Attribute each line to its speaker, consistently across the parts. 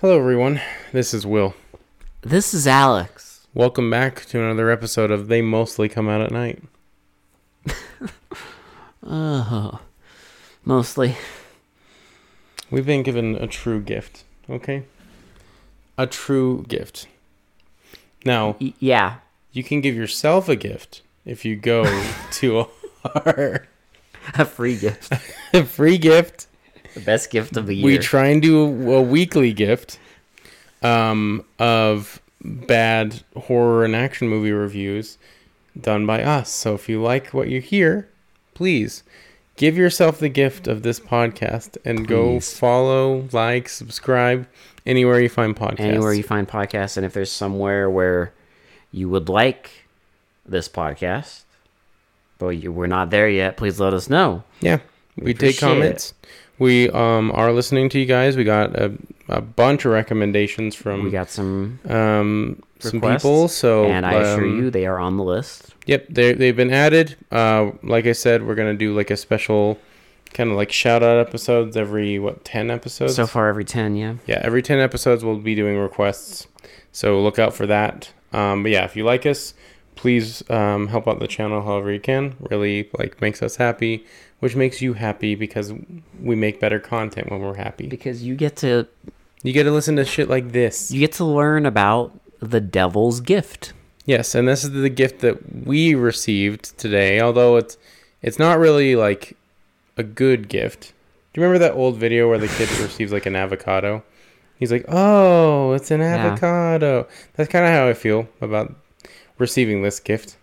Speaker 1: Hello, everyone. This is Will.
Speaker 2: This is Alex.
Speaker 1: Welcome back to another episode of They Mostly Come Out at Night.
Speaker 2: Oh, mostly.
Speaker 1: We've been given a true gift, okay? A true gift. Now,
Speaker 2: Y- yeah.
Speaker 1: you can give yourself a gift if you go to our
Speaker 2: A free gift.
Speaker 1: free gift.
Speaker 2: the best gift of the year.
Speaker 1: We try and do a weekly gift um, of bad horror and action movie reviews done by us. So if you like what you hear, please give yourself the gift of this podcast and go
Speaker 2: Please.
Speaker 1: follow, like, subscribe anywhere you find podcasts.
Speaker 2: Anywhere you find podcasts, and if there's somewhere where you would like this podcast, but you, we're not there yet, please let us know.
Speaker 1: Yeah, we take
Speaker 2: appreciate it.
Speaker 1: comments. We um, are listening to you guys. We got a, a bunch of recommendations from
Speaker 2: We got some,
Speaker 1: um, some
Speaker 2: requests,
Speaker 1: people. So
Speaker 2: and I assure
Speaker 1: um,
Speaker 2: you, they are on the list.
Speaker 1: Yep, they they've been added. Uh, like I said, we're gonna do like a special kind of like shout out episodes every what ten episodes.
Speaker 2: So far, every ten, yeah.
Speaker 1: yeah, every ten episodes we'll be doing requests. So look out for that. Um, but yeah, if you like us, please um, help out the channel however you can. Really like makes us happy, which makes you happy because we make better content when we're happy.
Speaker 2: Because you get to
Speaker 1: You get to listen to shit like this.
Speaker 2: you get to learn about the devil's gift.
Speaker 1: Yes, and this is the gift that we received today. Although it's it's not really like a good gift. Do you remember that old video where the kid receives like an avocado? He's like, "Oh, it's an
Speaker 2: Yeah.
Speaker 1: avocado." That's kind of how I feel about receiving this gift.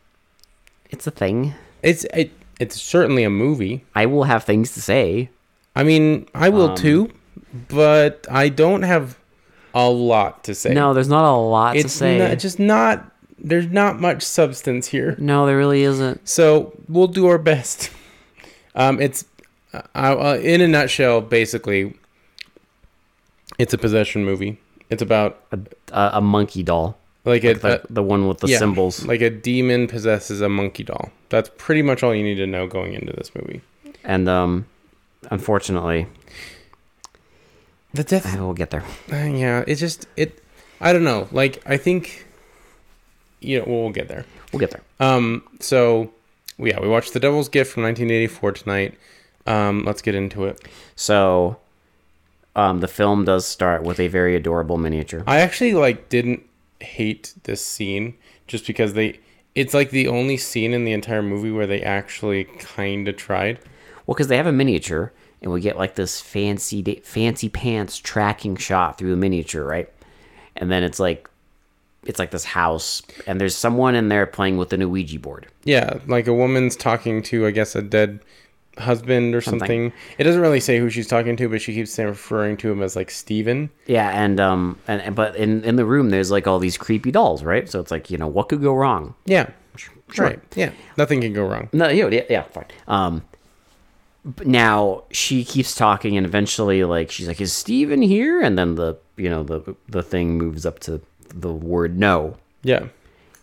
Speaker 2: It's a thing.
Speaker 1: It's it, it's certainly a movie.
Speaker 2: I will have things to say.
Speaker 1: I mean, I will
Speaker 2: Um,
Speaker 1: too, but I don't have a lot to say.
Speaker 2: No, there's not a lot to
Speaker 1: it's
Speaker 2: say.
Speaker 1: not, just not. There's not much substance here.
Speaker 2: No, there really isn't.
Speaker 1: So we'll do our best. Um, it's uh, uh, in a nutshell, basically, it's a possession movie. It's about
Speaker 2: A, a, a monkey doll,
Speaker 1: like a,
Speaker 2: the, the one with
Speaker 1: a-
Speaker 2: the
Speaker 1: Uh, yeah,
Speaker 2: symbols,
Speaker 1: like a demon possesses a monkey doll. That's pretty much all you need to know going into this movie.
Speaker 2: and um, unfortunately,
Speaker 1: The death
Speaker 2: I will get there.
Speaker 1: Uh, yeah, it's just it. I don't know. Like I think, you know, we'll get there.
Speaker 2: We'll get there.
Speaker 1: Um. So, yeah, we watched The Devil's Gift from 1984 tonight. Um. Let's get into it.
Speaker 2: So, um, the film does start with a very adorable miniature.
Speaker 1: I actually like didn't hate this scene just because they. It's like the only scene in the entire movie where they actually kind of tried.
Speaker 2: Well, because they have a miniature, and we get like this fancy, da- fancy pants tracking shot through the miniature, right? And then it's like, it's like this house, and there's someone in there playing with an Ouija board.
Speaker 1: Yeah, like a woman's talking to, I guess, a dead husband or something.
Speaker 2: Something.
Speaker 1: It doesn't really say who she's talking to, but she keeps saying- referring to him as like Steven.
Speaker 2: Yeah, and um, and, and but in in the room there's like all these creepy dolls, right? So it's like you know what could go wrong.
Speaker 1: Yeah.
Speaker 2: Sure.
Speaker 1: Right. Yeah. Nothing can go wrong.
Speaker 2: No, you know, yeah, yeah, fine. Um, but now she keeps talking, and eventually, like, she's like, "Is Steven here?" And then the you know the the thing moves up to the word "no,"
Speaker 1: Yeah.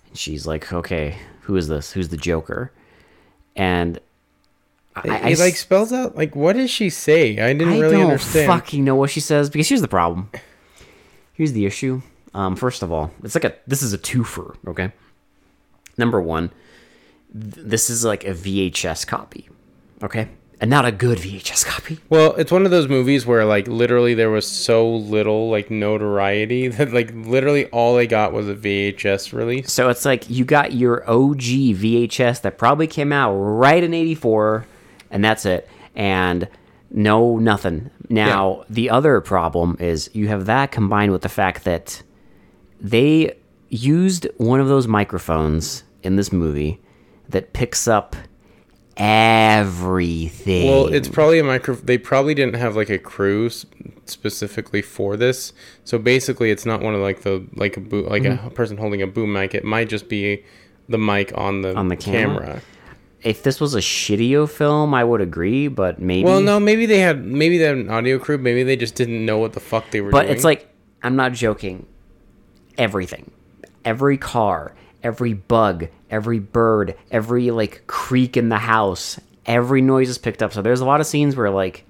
Speaker 2: and she's like, "Okay, who is this? Who's the Joker?" And I,
Speaker 1: It,
Speaker 2: I
Speaker 1: it, like
Speaker 2: s-
Speaker 1: spells out like what does she say? I didn't
Speaker 2: I
Speaker 1: really
Speaker 2: don't
Speaker 1: understand.
Speaker 2: fucking know what she says because here's the problem. Here's the issue. Um, first of all, it's like a this is a twofer. Okay, number one, th- this is like a VHS copy. Okay, and not a good VHS copy.
Speaker 1: Well, it's one of those movies where like literally there was so little like notoriety that like literally all they got was a VHS release.
Speaker 2: So it's like you got your OG VHS that probably came out right in '84, and that's it. And no, nothing. Now the other problem is you have that combined with the fact that they used one of those microphones in this movie that picks up everything.
Speaker 1: Well, it's probably a micro. They probably didn't have like a crew s- specifically for this. So basically, it's not one of like the like a boom like
Speaker 2: Mm-hmm.
Speaker 1: a person holding a boom mic. It might just be the mic on the
Speaker 2: On the camera?
Speaker 1: camera.
Speaker 2: if this was a shittier film, I would agree, but maybe.
Speaker 1: Well, no, maybe they had maybe they had an audio crew. Maybe they just didn't know what the fuck they were
Speaker 2: But
Speaker 1: doing.
Speaker 2: it's like I'm not joking. Everything, every car, every bug, every bird, every like creak in the house, every noise is picked up. So there's a lot of scenes where like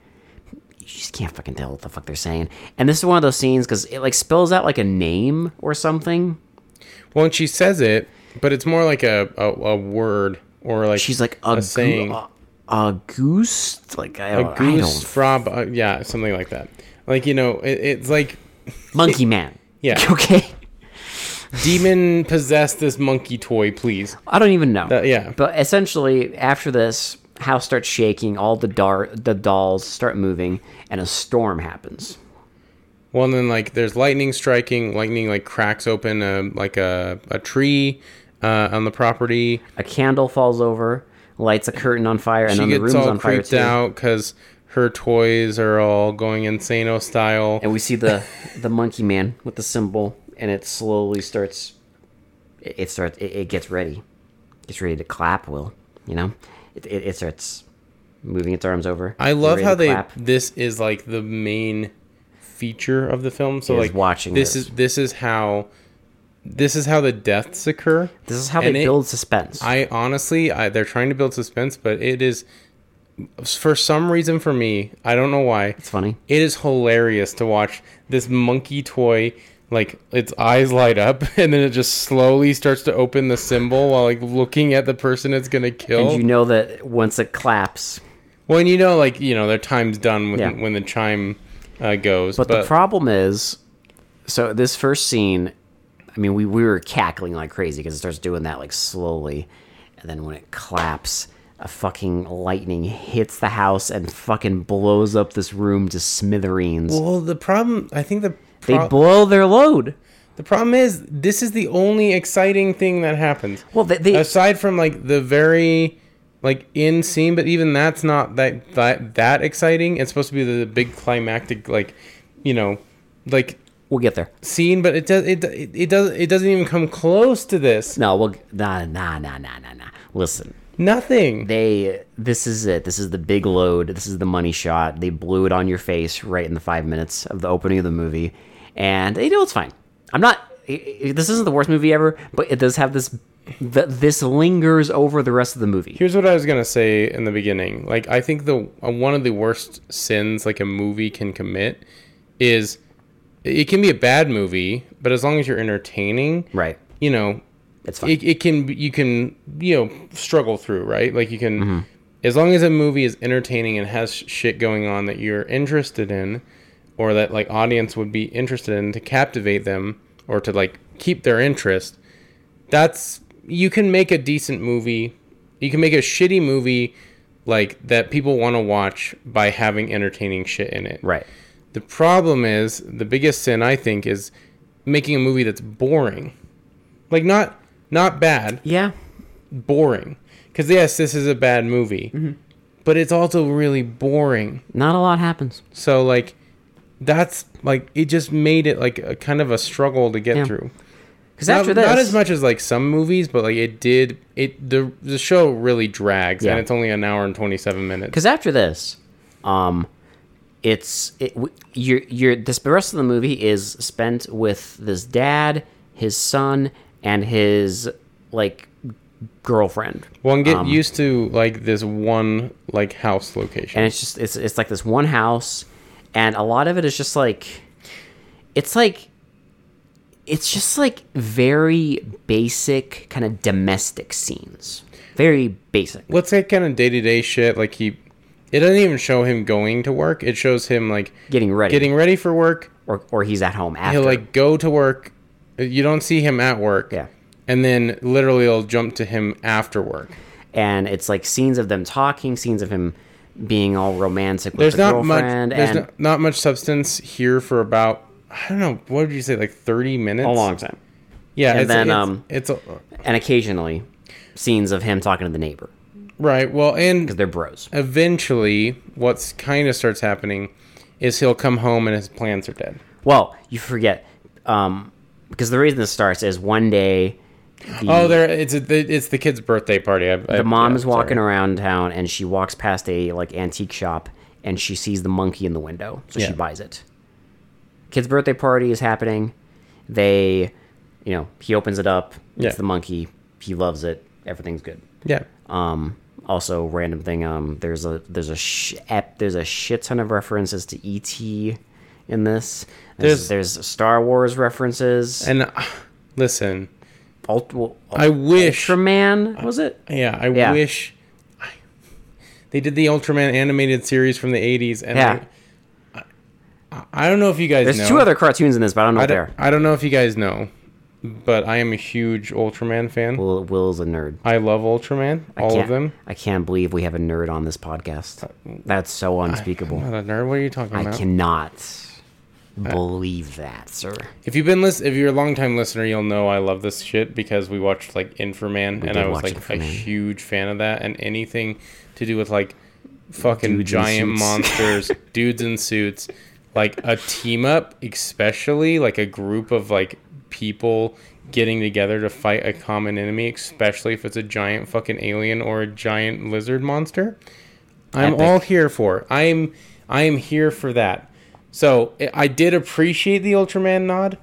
Speaker 2: you just can't fucking tell what the fuck they're saying. And this is one of those scenes because it like spells out like a name or something.
Speaker 1: Well, and she says it, but it's more like a, a, a word or like
Speaker 2: She's like a,
Speaker 1: a
Speaker 2: goo-
Speaker 1: saying.
Speaker 2: a, a goose. Like I,
Speaker 1: a
Speaker 2: don't- I
Speaker 1: goose
Speaker 2: don't.
Speaker 1: frog, uh, yeah, something like that. Like you know, it, it's like
Speaker 2: Monkey man.
Speaker 1: Yeah.
Speaker 2: okay.
Speaker 1: demon possess this monkey toy, please.
Speaker 2: I don't even know.
Speaker 1: Uh, yeah.
Speaker 2: But essentially, after this, house starts shaking. All the dar- the dolls start moving, and a storm happens.
Speaker 1: Well, and then like there's lightning striking. Lightning like cracks open a like a a tree uh, on the property.
Speaker 2: A candle falls over, lights a curtain on fire, and
Speaker 1: She
Speaker 2: then the
Speaker 1: gets
Speaker 2: room's
Speaker 1: all
Speaker 2: on fire
Speaker 1: creeped
Speaker 2: too.
Speaker 1: out because her toys are all going insano style.
Speaker 2: And we see the the monkey man with the symbol, and it slowly starts. It, it starts. It, it gets ready. Gets ready to clap. Will you know? It, it, it starts moving its arms over.
Speaker 1: I love
Speaker 2: ready
Speaker 1: how
Speaker 2: to
Speaker 1: they
Speaker 2: clap.
Speaker 1: this is like the main feature of the film. So
Speaker 2: Is
Speaker 1: like
Speaker 2: watching
Speaker 1: this
Speaker 2: this.
Speaker 1: is this is how this is how the deaths occur.
Speaker 2: This is how
Speaker 1: and
Speaker 2: they
Speaker 1: it-
Speaker 2: build suspense.
Speaker 1: I honestly, I, they're trying to build suspense, but it is for some reason for me, I don't know why.
Speaker 2: it's funny.
Speaker 1: It is hilarious to watch this monkey toy like its eyes light up and then it just slowly starts to open the symbol while like looking at the person it's going to kill.
Speaker 2: And you know that once it claps,
Speaker 1: well, and you know like, you know, their time's done when
Speaker 2: Yeah.
Speaker 1: when the chime uh, goes, but,
Speaker 2: But, the problem is, so this first scene, I mean, we, we were cackling like crazy because it starts doing that like slowly, and then when it claps, a fucking lightning hits the house and fucking blows up this room to smithereens.
Speaker 1: well, the problem I think the
Speaker 2: they
Speaker 1: pro-
Speaker 2: blow their load.
Speaker 1: the problem is this is the only exciting thing that happens.
Speaker 2: Well, they, they
Speaker 1: aside from like the very like in scene but even that's not that that that exciting it's supposed to be the big climactic like you know like
Speaker 2: we'll get there.
Speaker 1: scene but it does it, it, it does it doesn't even come close to this
Speaker 2: No, we'll nah nah nah nah nah nah. Listen,
Speaker 1: nothing
Speaker 2: they this is it this is the big load this is the money shot they blew it on your face right in the five minutes of the opening of the movie and you know it's fine i'm not i- i- this isn't the worst movie ever but it does have this th- this lingers over the rest of the movie
Speaker 1: here's what i was gonna say in the beginning like i think the uh, one of the worst sins like a movie can commit is it can be a bad movie but as long as you're entertaining
Speaker 2: right
Speaker 1: you know
Speaker 2: it's fine
Speaker 1: it, it can you can you know struggle through right like you can
Speaker 2: Mm-hmm.
Speaker 1: as long as a movie is entertaining and has sh- shit going on that you're interested in or that like audience would be interested in to captivate them or to like keep their interest that's you can make a decent movie you can make a shitty movie like that people want to watch by having entertaining shit in it
Speaker 2: right
Speaker 1: the problem is the biggest sin I think is making a movie that's boring. Like not not bad,
Speaker 2: yeah
Speaker 1: boring. Cuz yes, this is a bad movie.
Speaker 2: Mm-hmm.
Speaker 1: But it's also really boring.
Speaker 2: not a lot happens
Speaker 1: So like that's like it just made it like a kind of a struggle to get
Speaker 2: Yeah.
Speaker 1: through.
Speaker 2: because
Speaker 1: Not,
Speaker 2: after this
Speaker 1: not as much as like some movies, but like it did it the the show really drags
Speaker 2: Yeah.
Speaker 1: and it's only an hour and 27 minutes.
Speaker 2: because after this, um, it's it, w- you're you're this the rest of the movie is spent with this dad, his son, and his like girlfriend,
Speaker 1: One
Speaker 2: um,
Speaker 1: get used to like this one like house location.
Speaker 2: and it's just it's it's like this one house, and a lot of it is just like, it's like. It's just like very basic, kind of domestic scenes. Very basic.
Speaker 1: let's say kind of day to day shit. Like he, it doesn't even show him going to work. It shows him like
Speaker 2: Getting ready,
Speaker 1: getting ready for work.
Speaker 2: or or he's at home after.
Speaker 1: He'll like go to work. You don't see him at work.
Speaker 2: Yeah.
Speaker 1: And then literally it'll jump to him after work.
Speaker 2: and it's like scenes of them talking, scenes of him being all romantic with
Speaker 1: There's
Speaker 2: the
Speaker 1: not much.
Speaker 2: girlfriend,
Speaker 1: There's
Speaker 2: and
Speaker 1: not, not much substance here for about I don't know. What did you say? Like thirty minutes.
Speaker 2: a long time,
Speaker 1: Yeah.
Speaker 2: And
Speaker 1: it's,
Speaker 2: then,
Speaker 1: it's,
Speaker 2: um,
Speaker 1: it's a-
Speaker 2: and occasionally scenes of him talking to the neighbor
Speaker 1: right. Well, and
Speaker 2: because they're bros.
Speaker 1: eventually, what's kind of starts happening is he'll come home and his plants are dead.
Speaker 2: Well, you forget um, because the reason this starts is one day the,
Speaker 1: Oh, there! It's a, it's the kid's birthday party. I,
Speaker 2: the mom is walking around town and she walks past a like antique shop and she sees the monkey in the window, so
Speaker 1: Yeah.
Speaker 2: she buys it. Kid's birthday party is happening. They, you know, he opens it up.
Speaker 1: Yeah.
Speaker 2: It's the monkey. He loves it. Everything's good.
Speaker 1: Yeah.
Speaker 2: um, Also, random thing. Um, there's a there's a sh- ep- there's a shit ton of references to ET in this. There's there's, Star Wars references.
Speaker 1: And uh, listen,
Speaker 2: Ult- well,
Speaker 1: I wish.
Speaker 2: Ultraman was it?
Speaker 1: yeah, I
Speaker 2: Yeah.
Speaker 1: wish. they did the Ultraman animated series from the '80s, and
Speaker 2: Yeah.
Speaker 1: I, I, I don't know if you guys.
Speaker 2: There's
Speaker 1: know.
Speaker 2: two other cartoons in this, but I don't know
Speaker 1: I
Speaker 2: if
Speaker 1: don't,
Speaker 2: they're.
Speaker 1: I don't know if you guys know, but I am a huge Ultraman fan.
Speaker 2: Will, Will's a nerd.
Speaker 1: I love Ultraman, all of
Speaker 2: Can't-
Speaker 1: them.
Speaker 2: I can't believe we have a nerd on this podcast. That's so unspeakable.
Speaker 1: I'm not a nerd. What are you talking
Speaker 2: I
Speaker 1: about?
Speaker 2: cannot
Speaker 1: Uh,
Speaker 2: believe that, sir.
Speaker 1: If you've been listen, if you're a long time listener, you'll know I love this shit because we watched like Inferman, and
Speaker 2: did
Speaker 1: I was
Speaker 2: watch
Speaker 1: like a
Speaker 2: Inferman.
Speaker 1: huge fan of that, and anything to do with like fucking
Speaker 2: Dudes in
Speaker 1: giant
Speaker 2: suits.
Speaker 1: monsters, dudes in suits, like a team up, especially like a group of like people getting together to fight a common enemy, especially if it's a giant fucking alien or a giant lizard monster. I'm
Speaker 2: Epic.
Speaker 1: all here for. I'm I am here for that. So I- I did appreciate the Ultraman nod,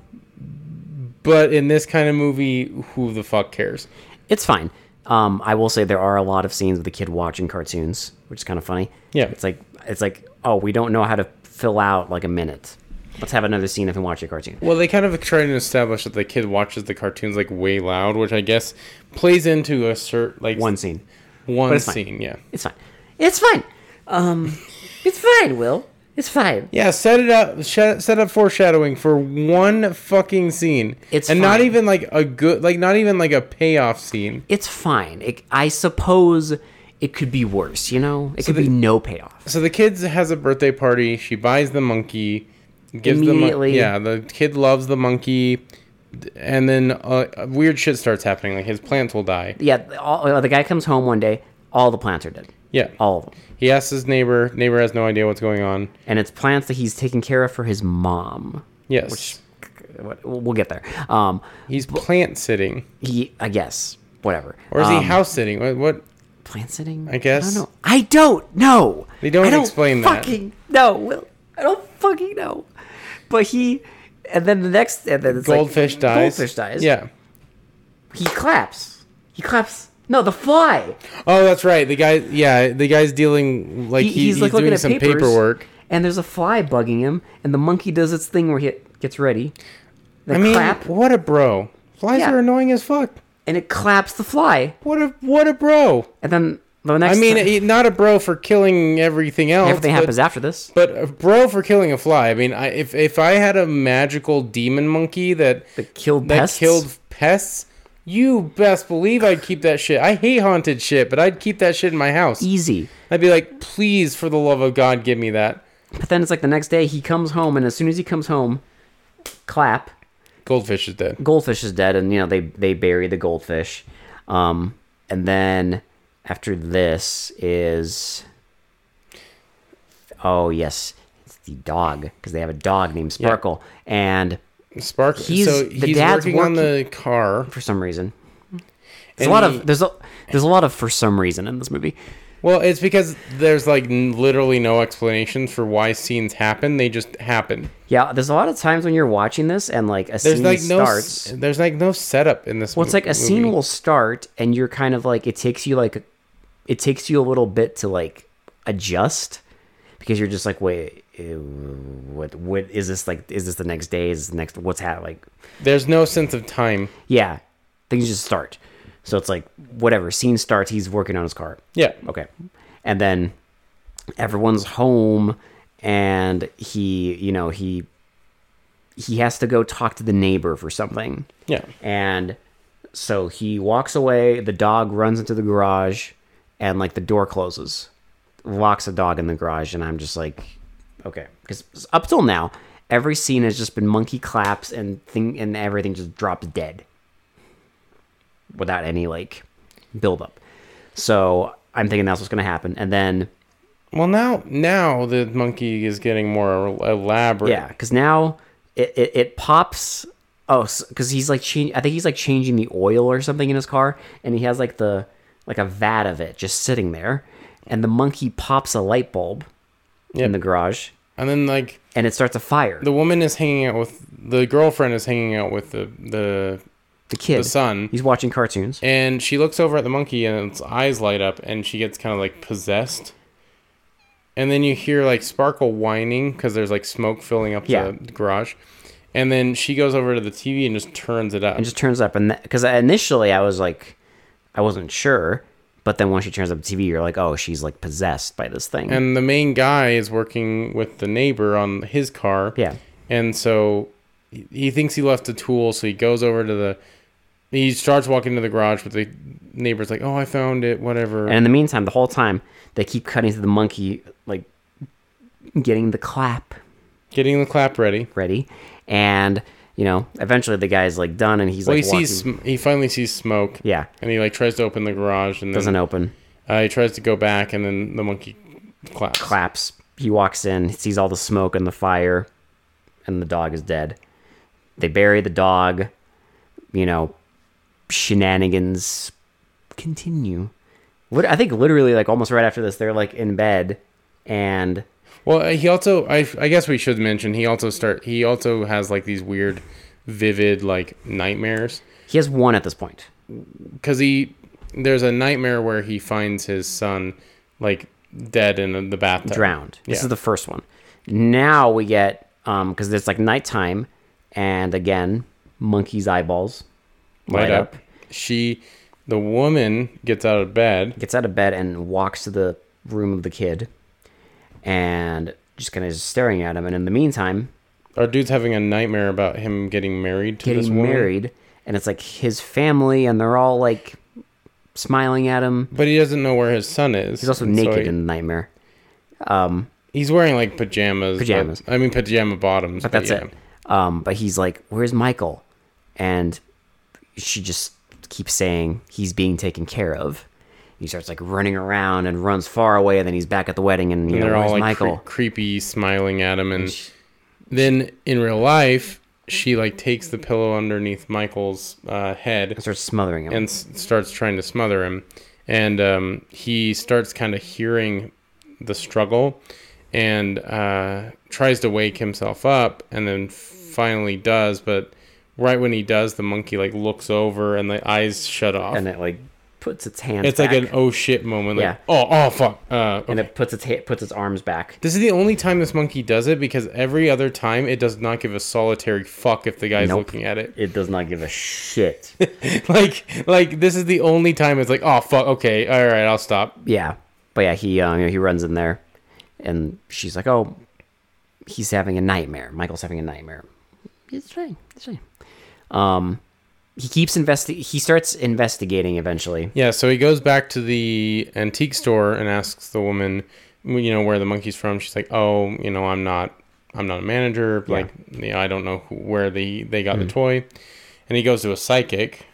Speaker 1: but in this kind of movie, who the fuck cares?
Speaker 2: It's fine. Um, I will say there are a lot of scenes with a kid watching cartoons, which is kind of funny.
Speaker 1: Yeah.
Speaker 2: it's like it's like oh, we don't know how to fill out like a minute. Let's have another scene of him watching a cartoon.
Speaker 1: Well, they kind of try to establish that the kid watches the cartoons like way loud, which I guess plays into a certain like
Speaker 2: One scene.
Speaker 1: one
Speaker 2: it's fine.
Speaker 1: scene. Yeah,
Speaker 2: It's fine. It's fine. Um, it's fine. Will. It's fine.
Speaker 1: yeah. Set it up. Sh- set up foreshadowing for one fucking scene.
Speaker 2: It's
Speaker 1: and not
Speaker 2: fine.
Speaker 1: even like a good like not even like a payoff scene.
Speaker 2: It's fine. It, I suppose it could be worse. You know, it could be no payoff.
Speaker 1: So the kids has a birthday party. She buys the monkey. Gives
Speaker 2: Immediately.
Speaker 1: The mon- yeah, the kid loves the monkey, and then uh, weird shit starts happening. Like his plants will die.
Speaker 2: Yeah, all, the guy comes home one day. All the plants are dead.
Speaker 1: Yeah,
Speaker 2: All of them.
Speaker 1: he asks his neighbor. Neighbor has no idea what's going on.
Speaker 2: and it's plants that he's taking care of for his mom.
Speaker 1: Yes,
Speaker 2: What- We'll get there. Um,
Speaker 1: he's plant sitting,
Speaker 2: he, I guess, whatever.
Speaker 1: or is
Speaker 2: Um,
Speaker 1: he house sitting? What? what?
Speaker 2: plant sitting?
Speaker 1: I guess.
Speaker 2: I don't know. I don't know.
Speaker 1: They don't
Speaker 2: I
Speaker 1: explain that.
Speaker 2: fucking No, Will. I don't fucking know. But he, and then the next, and then it's like-
Speaker 1: Goldfish dies.
Speaker 2: Goldfish dies.
Speaker 1: Yeah.
Speaker 2: He claps. He claps. No, the fly.
Speaker 1: Oh, that's right. The guy. Yeah, the guy's dealing like
Speaker 2: He-
Speaker 1: he-
Speaker 2: he's,
Speaker 1: he's,
Speaker 2: like looking
Speaker 1: doing
Speaker 2: at
Speaker 1: some
Speaker 2: papers.
Speaker 1: paperwork.
Speaker 2: And there's a fly bugging him, and the monkey does its thing where he gets ready. The
Speaker 1: I mean,
Speaker 2: clap,
Speaker 1: what a bro. Flies
Speaker 2: Yeah.
Speaker 1: are annoying as fuck.
Speaker 2: and it claps the fly.
Speaker 1: What a what a bro.
Speaker 2: And then the next
Speaker 1: I mean,
Speaker 2: time-
Speaker 1: it, not a bro for killing everything else.
Speaker 2: Everything
Speaker 1: but,
Speaker 2: happens after this.
Speaker 1: But a bro for killing a fly. I mean, I, if if I had a magical demon monkey that
Speaker 2: That killed
Speaker 1: that
Speaker 2: pests?
Speaker 1: killed pests, you best believe I'd keep that shit. I hate haunted shit, but I'd keep that shit in my house.
Speaker 2: Easy.
Speaker 1: I'd be like, please, for the love of God, give me that
Speaker 2: But then it's like the next day he comes home, and as soon as he comes home, clap,
Speaker 1: goldfish is dead.
Speaker 2: goldfish is dead, and you know they they bury the goldfish. Um, and then after this is oh yes, it's the dog because they have a dog named Sparkle, and
Speaker 1: Spark.
Speaker 2: He's-
Speaker 1: so
Speaker 2: the
Speaker 1: he's
Speaker 2: dad's
Speaker 1: working, on the car.
Speaker 2: for some reason.
Speaker 1: and
Speaker 2: There's a lot
Speaker 1: he-
Speaker 2: of there's a there's a lot of for some reason in this movie.
Speaker 1: Well, it's because there's like n- literally no explanations for why scenes happen. They just happen.
Speaker 2: Yeah, there's a lot of times when you're watching this and like a
Speaker 1: There's
Speaker 2: scene
Speaker 1: like no
Speaker 2: starts.
Speaker 1: s- there's like no setup in this.
Speaker 2: Well, it's like a scene will start, and you're kind of like it takes you like it takes you a little bit to like adjust because you're just like, wait, ew, what? What is this like? Is this the next day? Is this the next? What's happening? Like,
Speaker 1: There's no sense of time.
Speaker 2: yeah, things just start. So it's like whatever scene starts, he's working on his car.
Speaker 1: Yeah.
Speaker 2: Okay, and then everyone's home, and he, you know, he he has to go talk to the neighbor for something.
Speaker 1: Yeah.
Speaker 2: And so he walks away. The dog runs into the garage, and like the door closes, locks the dog in the garage. And I'm just like, okay, because up till now, every scene has just been monkey claps and thing, and everything just drops dead without any like build up. So I'm thinking that's what's gonna happen. And then
Speaker 1: Well, now now the monkey is getting more el- elaborate.
Speaker 2: yeah, because now it, it it pops. Oh, because he's like change. I think he's like changing the oil or something in his car, and he has like the like a vat of it just sitting there, and the monkey pops a light bulb in the garage,
Speaker 1: And then like
Speaker 2: and it starts a fire.
Speaker 1: the woman is hanging out with the girlfriend is hanging out with the the
Speaker 2: the kid,
Speaker 1: the son,
Speaker 2: he's watching cartoons.
Speaker 1: and she looks over at the monkey and its eyes light up and she gets kind of like possessed. And then you hear like Sparkle whining because there's like smoke filling up
Speaker 2: Yeah.
Speaker 1: the garage. And then she goes over to the TV and just turns it up.
Speaker 2: and just turns up and because initially I was like, I wasn't sure, but then once she turns up the TV, you're like, oh, she's like possessed by this thing.
Speaker 1: and the main guy is working with the neighbor on his car.
Speaker 2: Yeah.
Speaker 1: And so he- he thinks he left a tool, so he goes over to the. He starts walking to the garage, but the neighbor's like, "Oh, I found it, whatever."
Speaker 2: and in the meantime, the whole time they keep cutting to the monkey like getting the clap
Speaker 1: Getting the clap ready.
Speaker 2: ready, and you know eventually the guy's like done and he's
Speaker 1: Well,
Speaker 2: like
Speaker 1: he
Speaker 2: walking.
Speaker 1: sees. sm- He finally sees smoke.
Speaker 2: yeah,
Speaker 1: And he like tries to open the garage, and then
Speaker 2: doesn't open,
Speaker 1: uh, he tries to go back, and then the monkey claps.
Speaker 2: claps. He walks in, sees all the smoke and the fire, and the dog is dead. They bury the dog. You know, shenanigans continue. Lit- I think literally, like almost right after this, they're like in bed, and
Speaker 1: Well, uh, he also. I I guess we should mention he also start. He also has like these weird, vivid like nightmares.
Speaker 2: he has one at this point.
Speaker 1: because he there's a nightmare where he finds his son like dead in the bathtub.
Speaker 2: drowned. This
Speaker 1: Yeah.
Speaker 2: is the first one. Now we get um because it's like nighttime, and again, monkey's eyeballs
Speaker 1: Light up. She, the woman, gets out of bed.
Speaker 2: gets out of bed and walks to the room of the kid and just kind of just staring at him. And in the meantime,
Speaker 1: Our dude's having a nightmare about him getting married to this
Speaker 2: getting
Speaker 1: woman.
Speaker 2: married. And it's like his family, and they're all like smiling at him.
Speaker 1: But he doesn't know where his son is.
Speaker 2: He's also
Speaker 1: And so
Speaker 2: naked
Speaker 1: he-
Speaker 2: in the nightmare.
Speaker 1: he's wearing like pajamas. but-
Speaker 2: Pajamas.
Speaker 1: I mean pajama bottoms. But,
Speaker 2: That's
Speaker 1: yeah.
Speaker 2: it. Um, but he's like, "Where's Michael?" And she just keeps saying he's being taken care of. He starts like running around and runs far away, and then he's back at the wedding, and you
Speaker 1: And
Speaker 2: know,
Speaker 1: they're
Speaker 2: where's
Speaker 1: all like cre-
Speaker 2: Michael?
Speaker 1: creepy, smiling at him, and then in real life, she like takes the pillow underneath Michael's uh, head,
Speaker 2: starts smothering him.
Speaker 1: and s- starts trying to smother him. And um, he starts kind of hearing the struggle and uh, tries to wake himself up and then finally does. But right when he does, the monkey like looks over and the eyes shut off.
Speaker 2: and it like puts its hand.
Speaker 1: it's like an oh shit moment. Like,
Speaker 2: Yeah.
Speaker 1: oh, oh, fuck. Uh,
Speaker 2: and
Speaker 1: okay.
Speaker 2: it puts its ha- puts its arms back.
Speaker 1: This is the only time this monkey does it because every other time it does not give a solitary fuck if the guy's
Speaker 2: Nope.
Speaker 1: looking at it.
Speaker 2: It does not give a shit.
Speaker 1: like, like this is the only time it's like, oh fuck, okay, all right, I'll stop.
Speaker 2: yeah, but yeah, he um, you know, he runs in there, and she's like, "Oh, he's having a nightmare. Michael's having a nightmare. It's fine. It's fine." Um, he keeps investi. He starts investigating eventually.
Speaker 1: Yeah, so he goes back to the antique store and asks the woman, you know, where the monkey's from. She's like, "Oh, you know, I'm not, I'm not a manager. Like, you know, I don't know who, where the they got
Speaker 2: Hmm.
Speaker 1: the toy." And he goes to a psychic.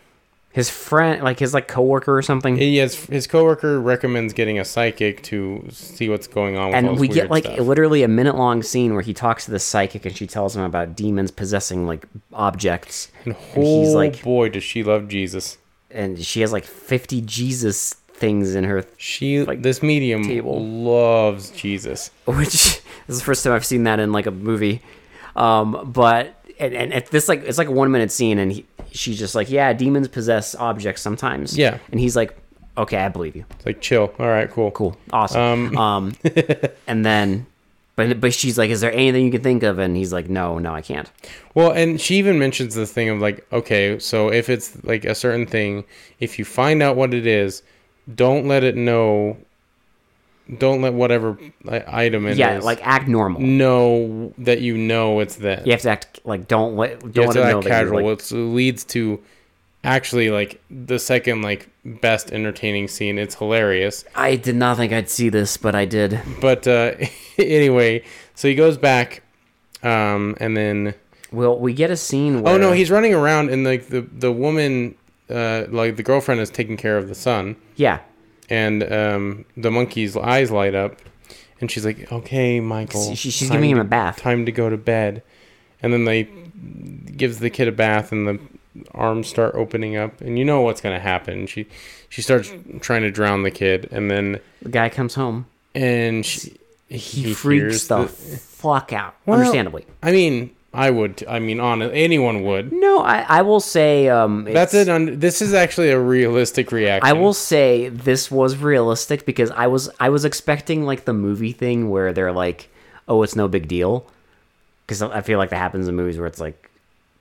Speaker 2: His friend, like his like coworker or something,
Speaker 1: He has his coworker recommends getting a psychic to see what's going on. With all
Speaker 2: and
Speaker 1: this
Speaker 2: we get
Speaker 1: weird
Speaker 2: like
Speaker 1: stuff.
Speaker 2: literally a minute long scene where he talks to the psychic, and she tells him about demons possessing like objects, and,
Speaker 1: oh
Speaker 2: he's like,
Speaker 1: boy, does she love Jesus?
Speaker 2: and she has like fifty Jesus things in her
Speaker 1: She this medium
Speaker 2: table.
Speaker 1: loves Jesus.
Speaker 2: which this is the first time I've seen that in like a movie. Um, but and, and at this like it's like a one minute scene, and he, she's just like, "Yeah, demons possess objects sometimes."
Speaker 1: Yeah.
Speaker 2: and he's like, "Okay, I believe you.
Speaker 1: It's like chill. All right, cool,
Speaker 2: Cool, awesome." Um, and then, but but she's like, "Is there anything you can think of?" And he's like, "No, no, I can't."
Speaker 1: Well, and she even mentions the thing of like, okay, so if it's like a certain thing, if you find out what it is, don't let it know. Don't let whatever like, item it
Speaker 2: Yeah,
Speaker 1: is,
Speaker 2: like act normal.
Speaker 1: know that you know it's that.
Speaker 2: You have to act like don't let don't
Speaker 1: you have
Speaker 2: let
Speaker 1: to
Speaker 2: him
Speaker 1: act
Speaker 2: know that
Speaker 1: casual.
Speaker 2: you're like,
Speaker 1: It leads to actually like the second like best entertaining scene. It's hilarious.
Speaker 2: I did not think I'd see this, but I did.
Speaker 1: But uh, anyway, so he goes back, um, and then.
Speaker 2: Well, we get a scene where
Speaker 1: Oh no, he's running around and like the the woman, uh, like the girlfriend is taking care of the son,
Speaker 2: yeah.
Speaker 1: and um, the monkey's eyes light up, and she's like, "Okay, Michael,
Speaker 2: She, she's
Speaker 1: time
Speaker 2: giving him a
Speaker 1: to-
Speaker 2: bath.
Speaker 1: time to go to bed," and then they gives the kid a bath, and the arms start opening up, and you know what's gonna happen. She she starts trying to drown the kid, and then
Speaker 2: The guy comes home.
Speaker 1: and she,
Speaker 2: he freaks
Speaker 1: hears
Speaker 2: the,
Speaker 1: the-
Speaker 2: fuck out.
Speaker 1: Well,
Speaker 2: understandably,
Speaker 1: I mean, I would. t- I mean, on anyone would.
Speaker 2: No, I, I will say um,
Speaker 1: That's
Speaker 2: it's-
Speaker 1: it. Un- this is actually a realistic reaction.
Speaker 2: I will say this was realistic because I was I was expecting like the movie thing where they're like, oh, it's no big deal, because I I feel like that happens in movies where it's like,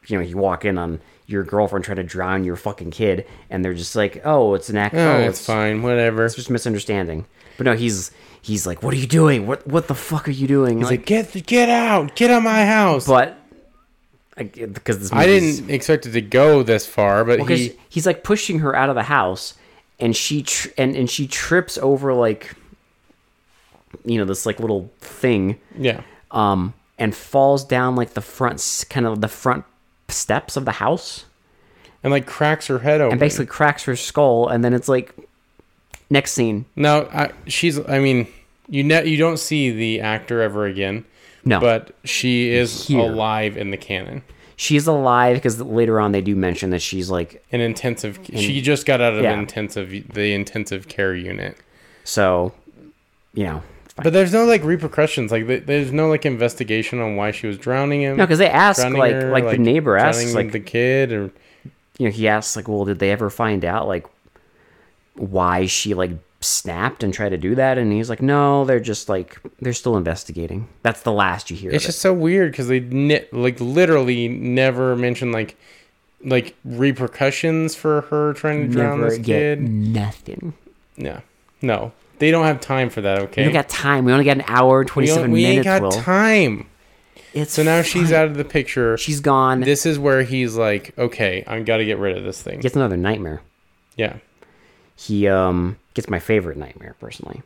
Speaker 2: you know, you walk in on your girlfriend trying to drown your fucking kid, and they're just like, oh, it's an act.
Speaker 1: Oh,
Speaker 2: oh,
Speaker 1: it's, fine. Whatever.
Speaker 2: It's just misunderstanding. But no, he's he's like, what are you doing? What what the fuck are you doing?
Speaker 1: It's like get the- get out, get out of my house.
Speaker 2: but because this
Speaker 1: I
Speaker 2: movie's-
Speaker 1: didn't expect it to go this far, but
Speaker 2: because
Speaker 1: he
Speaker 2: he's like pushing her out of the house and she tr- and and she trips over like you know this like little thing
Speaker 1: yeah.
Speaker 2: um and falls down like the front kind of the front steps of the house
Speaker 1: and like cracks her head open.
Speaker 2: and basically cracks her skull and then it's like next scene
Speaker 1: now I, she's, I mean, you ne- you don't see the actor ever again,
Speaker 2: no
Speaker 1: but she is
Speaker 2: Here.
Speaker 1: alive in the canon.
Speaker 2: she's alive because later on they do mention that she's like
Speaker 1: An intensive. she just got out of
Speaker 2: yeah.
Speaker 1: intensive the intensive care unit.
Speaker 2: so you know
Speaker 1: But there's no like repercussions. Like th- there's no like investigation on why she was drowning him.
Speaker 2: no because they ask
Speaker 1: drowning
Speaker 2: like
Speaker 1: her,
Speaker 2: like the neighbor asks
Speaker 1: drowning
Speaker 2: like
Speaker 1: the kid or
Speaker 2: you know, he asks like, well, did they ever find out like why she like snapped and tried to do that? And he's like, no, they're just like they're still investigating. That's the last you hear.
Speaker 1: it's
Speaker 2: of
Speaker 1: just so weird because they ne- like literally never mention like like repercussions for her trying to
Speaker 2: it.
Speaker 1: drown
Speaker 2: Never
Speaker 1: this
Speaker 2: get
Speaker 1: kid.
Speaker 2: nothing.
Speaker 1: No, no, they don't have time for that.
Speaker 2: We
Speaker 1: Okay,
Speaker 2: don't got time. We only got an hour and
Speaker 1: We
Speaker 2: twenty
Speaker 1: don't-
Speaker 2: seven
Speaker 1: we ain't
Speaker 2: minutes.
Speaker 1: got
Speaker 2: Will
Speaker 1: time.
Speaker 2: it's
Speaker 1: So now she's out of the picture.
Speaker 2: she's gone.
Speaker 1: This is where he's like, okay, I'm gotta get rid of this thing.
Speaker 2: gets another nightmare.
Speaker 1: Yeah,
Speaker 2: He um gets my favorite nightmare personally.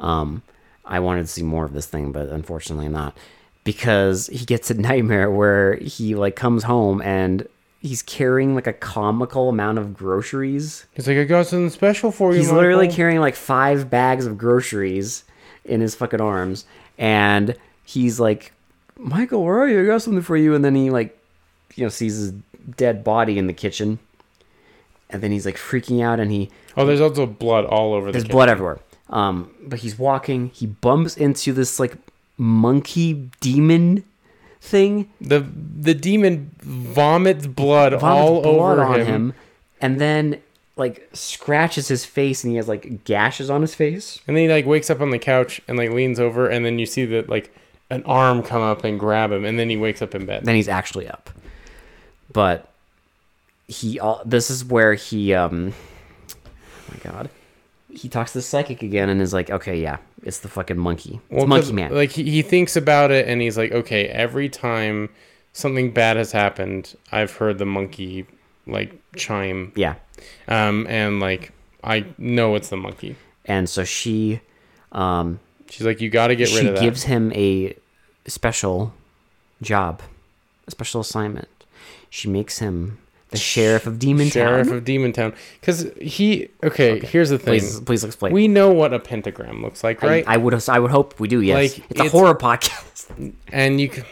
Speaker 2: Um, I wanted to see more of this thing, but unfortunately not because he gets a nightmare where he like comes home and he's carrying like a comical amount of groceries.
Speaker 1: he's like, I got something special for you.
Speaker 2: He's literally
Speaker 1: Michael."
Speaker 2: carrying like five bags of groceries in his fucking arms, and he's like, "Michael, where are you? I got something for you." And then he like, you know, sees his dead body in the kitchen, and then he's like freaking out, and he
Speaker 1: oh, there's also blood all over the.
Speaker 2: there's
Speaker 1: kid.
Speaker 2: blood everywhere. Um, but he's walking. He bumps into this like monkey demon thing.
Speaker 1: The the demon vomits blood
Speaker 2: Vomits
Speaker 1: all
Speaker 2: blood
Speaker 1: over
Speaker 2: on
Speaker 1: him.
Speaker 2: and then like scratches his face, and he has like gashes on his face.
Speaker 1: and then he like wakes up on the couch and like leans over, and then you see that like an arm come up and grab him, and then he wakes up in bed.
Speaker 2: Then he's actually up, but he. al- this is where he. Um, oh my god. He talks to the psychic again and is like, "Okay, yeah, it's the fucking monkey, it's
Speaker 1: Well, 'cause, uh,
Speaker 2: monkey man."
Speaker 1: Like he, he thinks about it, and he's like, okay, every time something bad has happened, I've heard the monkey like chime,
Speaker 2: yeah,
Speaker 1: um, and like I know it's the monkey.
Speaker 2: and so she, um,
Speaker 1: She's like, you got to get rid
Speaker 2: she
Speaker 1: of that.
Speaker 2: gives him a special job, a special assignment. She makes him the sheriff of Demon
Speaker 1: Sheriff
Speaker 2: Town.
Speaker 1: of Demon Town, because he. Okay, here's the thing.
Speaker 2: Please, please explain.
Speaker 1: we know what a pentagram looks like,
Speaker 2: I-
Speaker 1: right?
Speaker 2: I, would I would hope we do. Yes,
Speaker 1: Like,
Speaker 2: it's a
Speaker 1: it's-
Speaker 2: horror podcast.
Speaker 1: and you, c-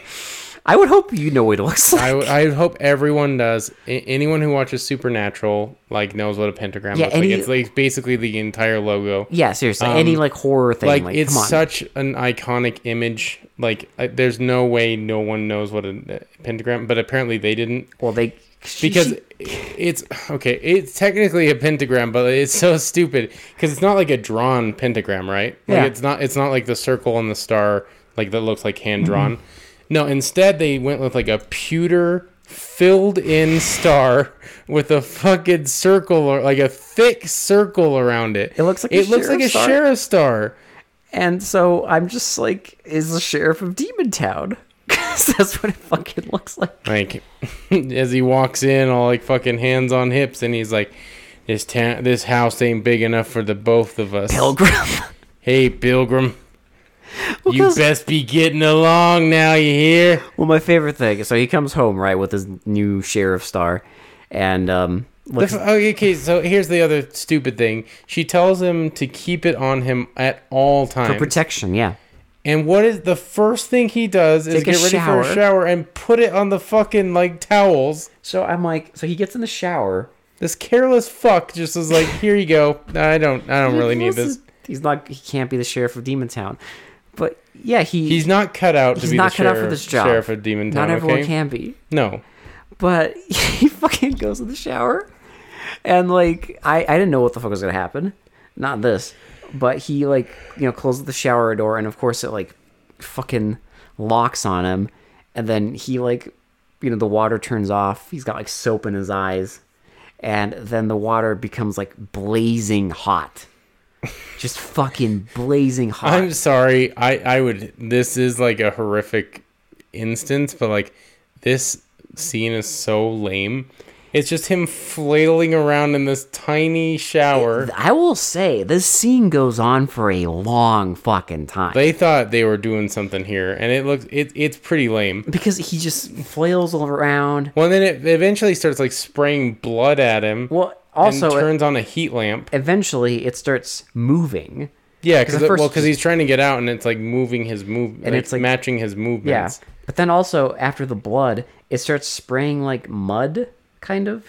Speaker 2: I would hope you know what it looks like.
Speaker 1: I, w- I hope everyone does. A- anyone who watches Supernatural like knows what a pentagram
Speaker 2: Yeah,
Speaker 1: looks
Speaker 2: any-
Speaker 1: like. It's like basically the entire logo.
Speaker 2: yeah, seriously, any like horror thing. Like,
Speaker 1: um, like, it's
Speaker 2: come on.
Speaker 1: such an iconic image. Like I, there's no way no one knows what a, a pentagram, but apparently they didn't
Speaker 2: well, they
Speaker 1: because it's okay. It's technically a pentagram, but it's so stupid because it's not like a drawn pentagram, right? Like
Speaker 2: Yeah.
Speaker 1: it's not. It's not like the circle and the star like that looks like hand
Speaker 2: Mm-hmm.
Speaker 1: drawn. No, instead they went with like a pewter filled in star with a fucking circle or like a thick circle around it.
Speaker 2: It looks like a
Speaker 1: it looks like a
Speaker 2: sheriff's star.
Speaker 1: sheriff star.
Speaker 2: and so I'm just like, is the sheriff of Demon Town? Because that's what it fucking looks like.
Speaker 1: like as he walks in all like fucking hands on hips and he's like this town this house ain't big enough for the both of us
Speaker 2: Pilgrim.
Speaker 1: hey pilgrim you
Speaker 2: 'cause-
Speaker 1: best be getting along now you hear
Speaker 2: Well, my favorite thing. So he comes home right with his new sheriff star, and um,
Speaker 1: The
Speaker 2: looks,
Speaker 1: f- okay, okay, so here's the other stupid thing she tells him to keep it on him at all times
Speaker 2: protection. Yeah,
Speaker 1: and what is the first thing he does is
Speaker 2: Take a
Speaker 1: get ready for
Speaker 2: shower.
Speaker 1: a shower and put it on the fucking like towels
Speaker 2: So I'm like, so he gets in the shower.
Speaker 1: this careless fuck just is like here you go i don't i don't really need this
Speaker 2: He's not. He can't be the sheriff of Demon Town. But yeah, he
Speaker 1: He's not cut out to
Speaker 2: He's
Speaker 1: be
Speaker 2: not
Speaker 1: the
Speaker 2: cut out
Speaker 1: sheriff,
Speaker 2: for this job.
Speaker 1: sheriff of Demon Town.
Speaker 2: not everyone
Speaker 1: okay?
Speaker 2: can be.
Speaker 1: No.
Speaker 2: But he fucking goes in the shower, and like I I didn't know what the fuck was gonna happen. Not this, but he like you know closes the shower door, and of course it like fucking locks on him, and then he like you know the water turns off. He's got like soap in his eyes, and then the water becomes like blazing hot. Just fucking blazing hot.
Speaker 1: I'm sorry. I I would. This is like a horrific instance, but like this scene is so lame. It's just him flailing around in this tiny shower.
Speaker 2: I will say this scene goes on for a long fucking time
Speaker 1: They thought they were doing something here, and it looks it it's pretty lame.
Speaker 2: because he just flails all around.
Speaker 1: Well, then it eventually starts like spraying blood at him.
Speaker 2: Well,
Speaker 1: and
Speaker 2: also
Speaker 1: turns on a heat lamp.
Speaker 2: eventually it starts moving.
Speaker 1: Yeah, because
Speaker 2: 'Cause at
Speaker 1: well,
Speaker 2: first-
Speaker 1: because he's trying to get out, and it's like moving his move, and
Speaker 2: it's, like-
Speaker 1: matching his
Speaker 2: Yeah,
Speaker 1: movements.
Speaker 2: but then also after the blood, it starts spraying like mud, kind of,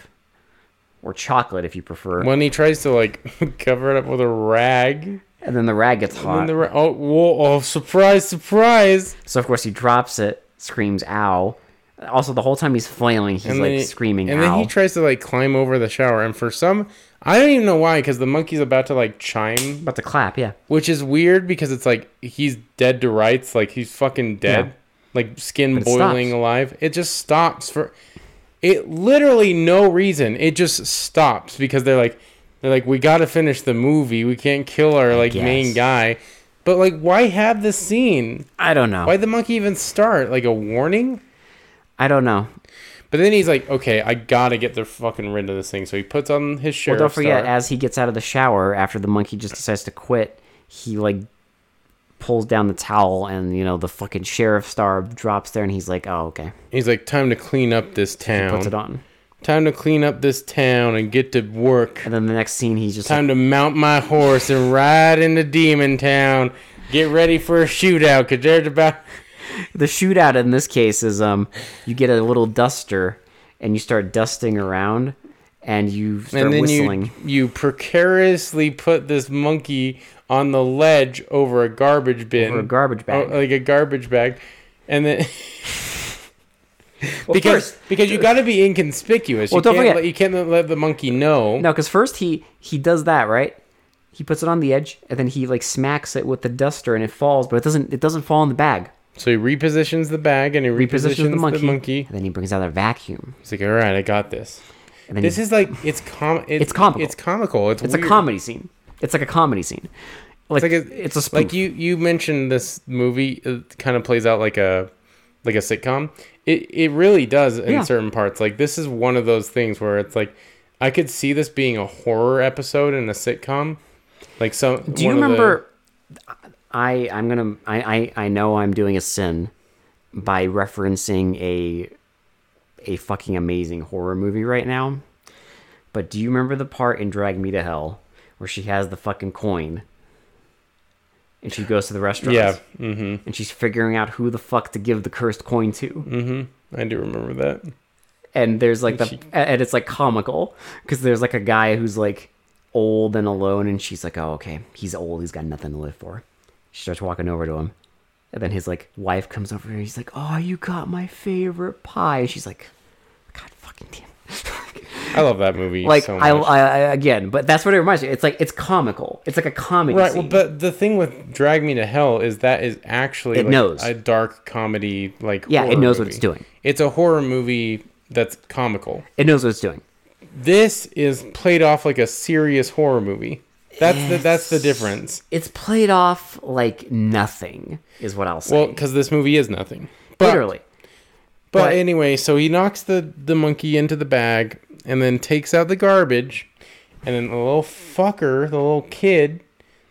Speaker 2: or chocolate if you prefer.
Speaker 1: When he tries to like cover it up with a rag,
Speaker 2: And then the rag gets
Speaker 1: and
Speaker 2: hot.
Speaker 1: the ra- oh, whoa, oh, surprise, surprise!
Speaker 2: So of course he drops it, screams "ow." Also, the whole time he's flailing, he's
Speaker 1: And
Speaker 2: like
Speaker 1: then he-
Speaker 2: screaming
Speaker 1: and
Speaker 2: "ow."
Speaker 1: then he tries to like climb over the shower, and for some, I don't even know why, because the monkey's about to like chime,
Speaker 2: About to clap, yeah.
Speaker 1: which is weird because it's like he's dead to rights, like he's fucking dead,
Speaker 2: Yeah.
Speaker 1: like skin
Speaker 2: it
Speaker 1: boiling
Speaker 2: stops.
Speaker 1: alive. It just stops for it literally no reason. It just stops because they're like they're like we got to finish the movie. We can't kill our like main
Speaker 2: guess.
Speaker 1: guy. But like why have this scene?
Speaker 2: I don't know.
Speaker 1: Why'd the monkey even start? Like a warning?
Speaker 2: I don't know.
Speaker 1: But then he's like, okay, I gotta get the fucking rid of this thing. So he puts on his
Speaker 2: Well,
Speaker 1: sheriff
Speaker 2: don't forget,
Speaker 1: star.
Speaker 2: as he gets out of the shower after the monkey just decides to quit, he like pulls down the towel, and you know the fucking sheriff star drops there, and he's like, "Oh, okay."
Speaker 1: he's like, time to clean up this
Speaker 2: Puts it
Speaker 1: town.
Speaker 2: on,
Speaker 1: Time to clean up this town and get to work.
Speaker 2: and then the next scene, he's just like,
Speaker 1: Time to mount my horse and ride into Demon Town. Get ready for a shootout, cause there's about
Speaker 2: the shootout in this case is um, you get a little duster, and you start dusting around, and you start
Speaker 1: and then
Speaker 2: whistling.
Speaker 1: you you precariously put this monkey on the ledge over a garbage bin,
Speaker 2: Over a garbage bag.
Speaker 1: Oh, like a garbage bag, and then because
Speaker 2: first-
Speaker 1: because you got to be inconspicuous.
Speaker 2: Well,
Speaker 1: you
Speaker 2: don't
Speaker 1: can't
Speaker 2: forget-
Speaker 1: Let, you can't let the monkey know.
Speaker 2: No, because first he he does that right. He puts it on the edge, and then he like smacks it with the duster, and it falls, but it doesn't it doesn't fall in the bag.
Speaker 1: So he repositions the bag and he repositions,
Speaker 2: Positions
Speaker 1: the, monkey.
Speaker 2: and then he brings out a vacuum.
Speaker 1: He's like, "All right, I got this."
Speaker 2: And then
Speaker 1: This
Speaker 2: he-
Speaker 1: is like it's com it's,
Speaker 2: It's comical.
Speaker 1: It's comical. It's
Speaker 2: it's
Speaker 1: weird.
Speaker 2: a comedy scene. It's like a comedy scene. Like,
Speaker 1: It's
Speaker 2: it's,
Speaker 1: like a,
Speaker 2: a spoof.
Speaker 1: Like you you mentioned this movie it kind of plays out like a like a sitcom. It it really does in
Speaker 2: Yeah.
Speaker 1: certain parts. Like this is one of those things where it's like I could see this being a horror episode in a sitcom. Like some
Speaker 2: Do you remember? I I'm gonna I, I I know I'm doing a sin by referencing a a fucking amazing horror movie right now. But do you remember the part in Drag Me to Hell where she has the fucking coin? And she goes to the restaurant.
Speaker 1: Yeah, mhm.
Speaker 2: And she's figuring out who the fuck to give the cursed coin to.
Speaker 1: I do remember that.
Speaker 2: and there's like the and it's like comical because there's like a guy who's like old and alone and she's like oh okay he's old he's got nothing to live for she starts walking over to him and then his like wife comes over and he's like oh you got my favorite pie and she's like god fucking damn
Speaker 1: I love that movie
Speaker 2: like
Speaker 1: so
Speaker 2: I,
Speaker 1: much.
Speaker 2: I I again but that's what it reminds me it's like it's comical it's like a comedy
Speaker 1: Right, well,
Speaker 2: scene.
Speaker 1: but the thing with Drag Me to Hell is that is actually
Speaker 2: It
Speaker 1: like
Speaker 2: knows.
Speaker 1: a dark comedy like
Speaker 2: Yeah, it
Speaker 1: horror
Speaker 2: knows what it's
Speaker 1: movie.
Speaker 2: doing.
Speaker 1: It's a horror movie that's comical.
Speaker 2: it knows what it's doing
Speaker 1: This is played off like a serious horror movie. That's the, that's the difference.
Speaker 2: it's played off like nothing is what i'll say
Speaker 1: Well, because this movie is nothing. But,
Speaker 2: literally
Speaker 1: But,
Speaker 2: but-
Speaker 1: anyway, so he knocks the the monkey into the bag and then takes out the garbage, and then the little fucker, the little kid,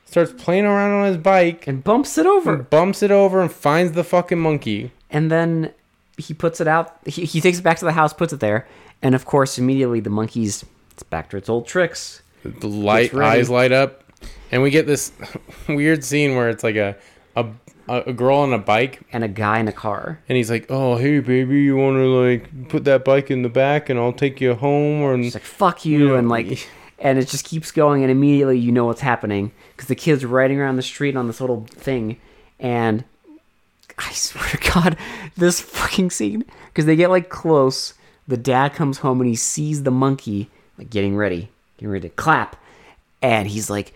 Speaker 1: starts playing around on his bike.
Speaker 2: and bumps it over
Speaker 1: Bumps it over and finds the fucking monkey.
Speaker 2: and then he puts it out he, he takes it back to the house puts it there and of course immediately the monkey's it's back to its old tricks
Speaker 1: the light
Speaker 2: Gets ready.
Speaker 1: eyes light up and we get this weird scene where it's like a a, a girl on a bike
Speaker 2: and a guy in a car
Speaker 1: and he's like oh hey baby you want to like put that bike in the back and i'll take you home or
Speaker 2: it's like fuck you and like and it just keeps going and immediately you know what's happening because the kid's riding around the street on this little thing And I swear to God, this fucking scene, because they get like close. The dad comes home and he sees the monkey like getting ready, getting ready to clap, and he's like,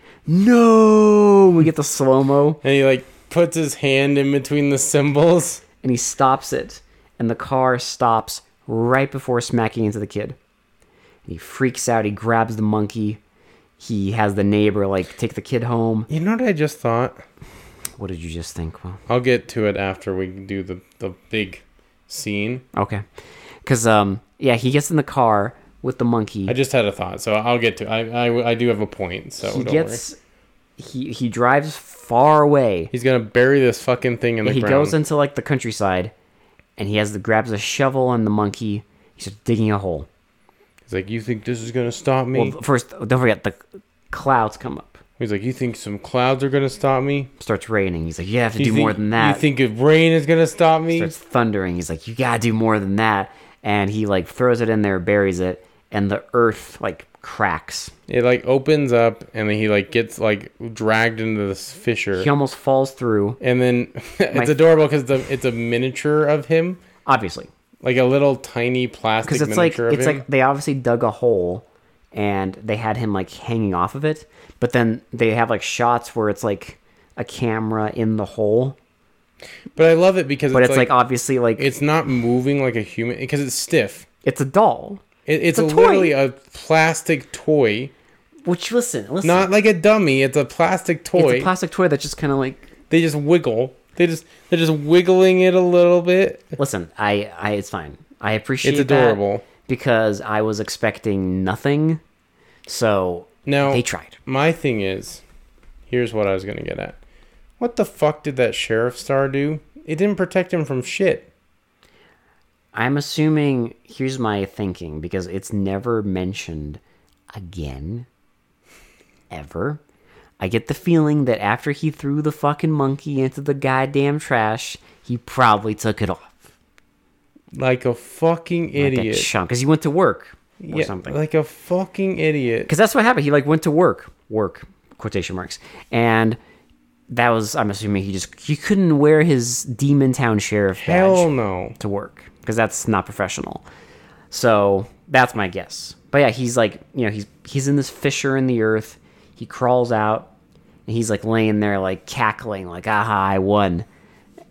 Speaker 2: "No!" We get the slow mo,
Speaker 1: And he like puts his hand in between the cymbals.
Speaker 2: and he stops it, and the car stops right before smacking into the kid. And he freaks out. He grabs the monkey. He has the neighbor like take the kid home.
Speaker 1: You know what I just thought?
Speaker 2: What did you just think? Well,
Speaker 1: I'll get to it after we do the, the big scene.
Speaker 2: okay, because um, yeah, he gets in the car with the monkey.
Speaker 1: I just had a thought, so I'll get to I, I, I do have a point, so
Speaker 2: he
Speaker 1: don't
Speaker 2: gets
Speaker 1: worry.
Speaker 2: he he drives far away.
Speaker 1: He's going to bury this fucking thing in the
Speaker 2: he
Speaker 1: ground.
Speaker 2: goes into like the countryside, and he has the grabs a shovel and the monkey. He's just digging a hole.
Speaker 1: He's like, you think this is going to stop me?
Speaker 2: Well, first, don't forget the clouds come up.
Speaker 1: He's like, you think some clouds are going to stop me?
Speaker 2: Starts raining. He's like, you have to
Speaker 1: You
Speaker 2: do
Speaker 1: think,
Speaker 2: more than that.
Speaker 1: You think if rain is going to stop me?
Speaker 2: Starts thundering. He's like, you gotta do more than that. And he like throws it in there, buries it, and the earth like cracks.
Speaker 1: It like opens up and then he like gets like dragged into this fissure.
Speaker 2: He almost falls through.
Speaker 1: and then it's adorable because the, it's a miniature of him,
Speaker 2: Obviously,
Speaker 1: like a little tiny plastic
Speaker 2: because it's like
Speaker 1: miniature
Speaker 2: it's
Speaker 1: of him.
Speaker 2: like they obviously dug a hole and they had him like hanging off of it but then they have like shots where it's like a camera in the hole
Speaker 1: but I love it because
Speaker 2: but
Speaker 1: it's, like,
Speaker 2: obviously like um, it's,
Speaker 1: it's not moving like a human because it's stiff.
Speaker 2: a doll
Speaker 1: It, it's,
Speaker 2: a
Speaker 1: a
Speaker 2: toy.
Speaker 1: literally a plastic toy,
Speaker 2: which listen listen
Speaker 1: not like a dummy. It's a plastic toy.
Speaker 2: it's a plastic toy that's just kind of like
Speaker 1: they just wiggle. They just they're just wiggling it a little bit.
Speaker 2: listen i i it's fine i appreciate
Speaker 1: It's
Speaker 2: that
Speaker 1: adorable.
Speaker 2: because i was expecting nothing so
Speaker 1: Now
Speaker 2: they tried
Speaker 1: My thing is, here's what I was gonna get at. What the fuck did that sheriff star do? It didn't protect him from shit.
Speaker 2: I'm assuming here's my thinking because it's never mentioned again ever. I get the feeling that after he threw the fucking monkey into the goddamn trash, he probably took it off.
Speaker 1: Like a fucking
Speaker 2: Like
Speaker 1: idiot.
Speaker 2: a chunk because he went to work or
Speaker 1: Yeah,
Speaker 2: something.
Speaker 1: Like a fucking idiot.
Speaker 2: Because that's what happened. He like went to work, work quotation marks, and that was I'm assuming he just he couldn't wear his Demon Town sheriff badge.
Speaker 1: Hell no.
Speaker 2: to work because that's not professional. So that's my guess. But yeah, he's like, you know, he's he's in this fissure in the earth. He crawls out and he's like laying there, like cackling, like "aha, I won."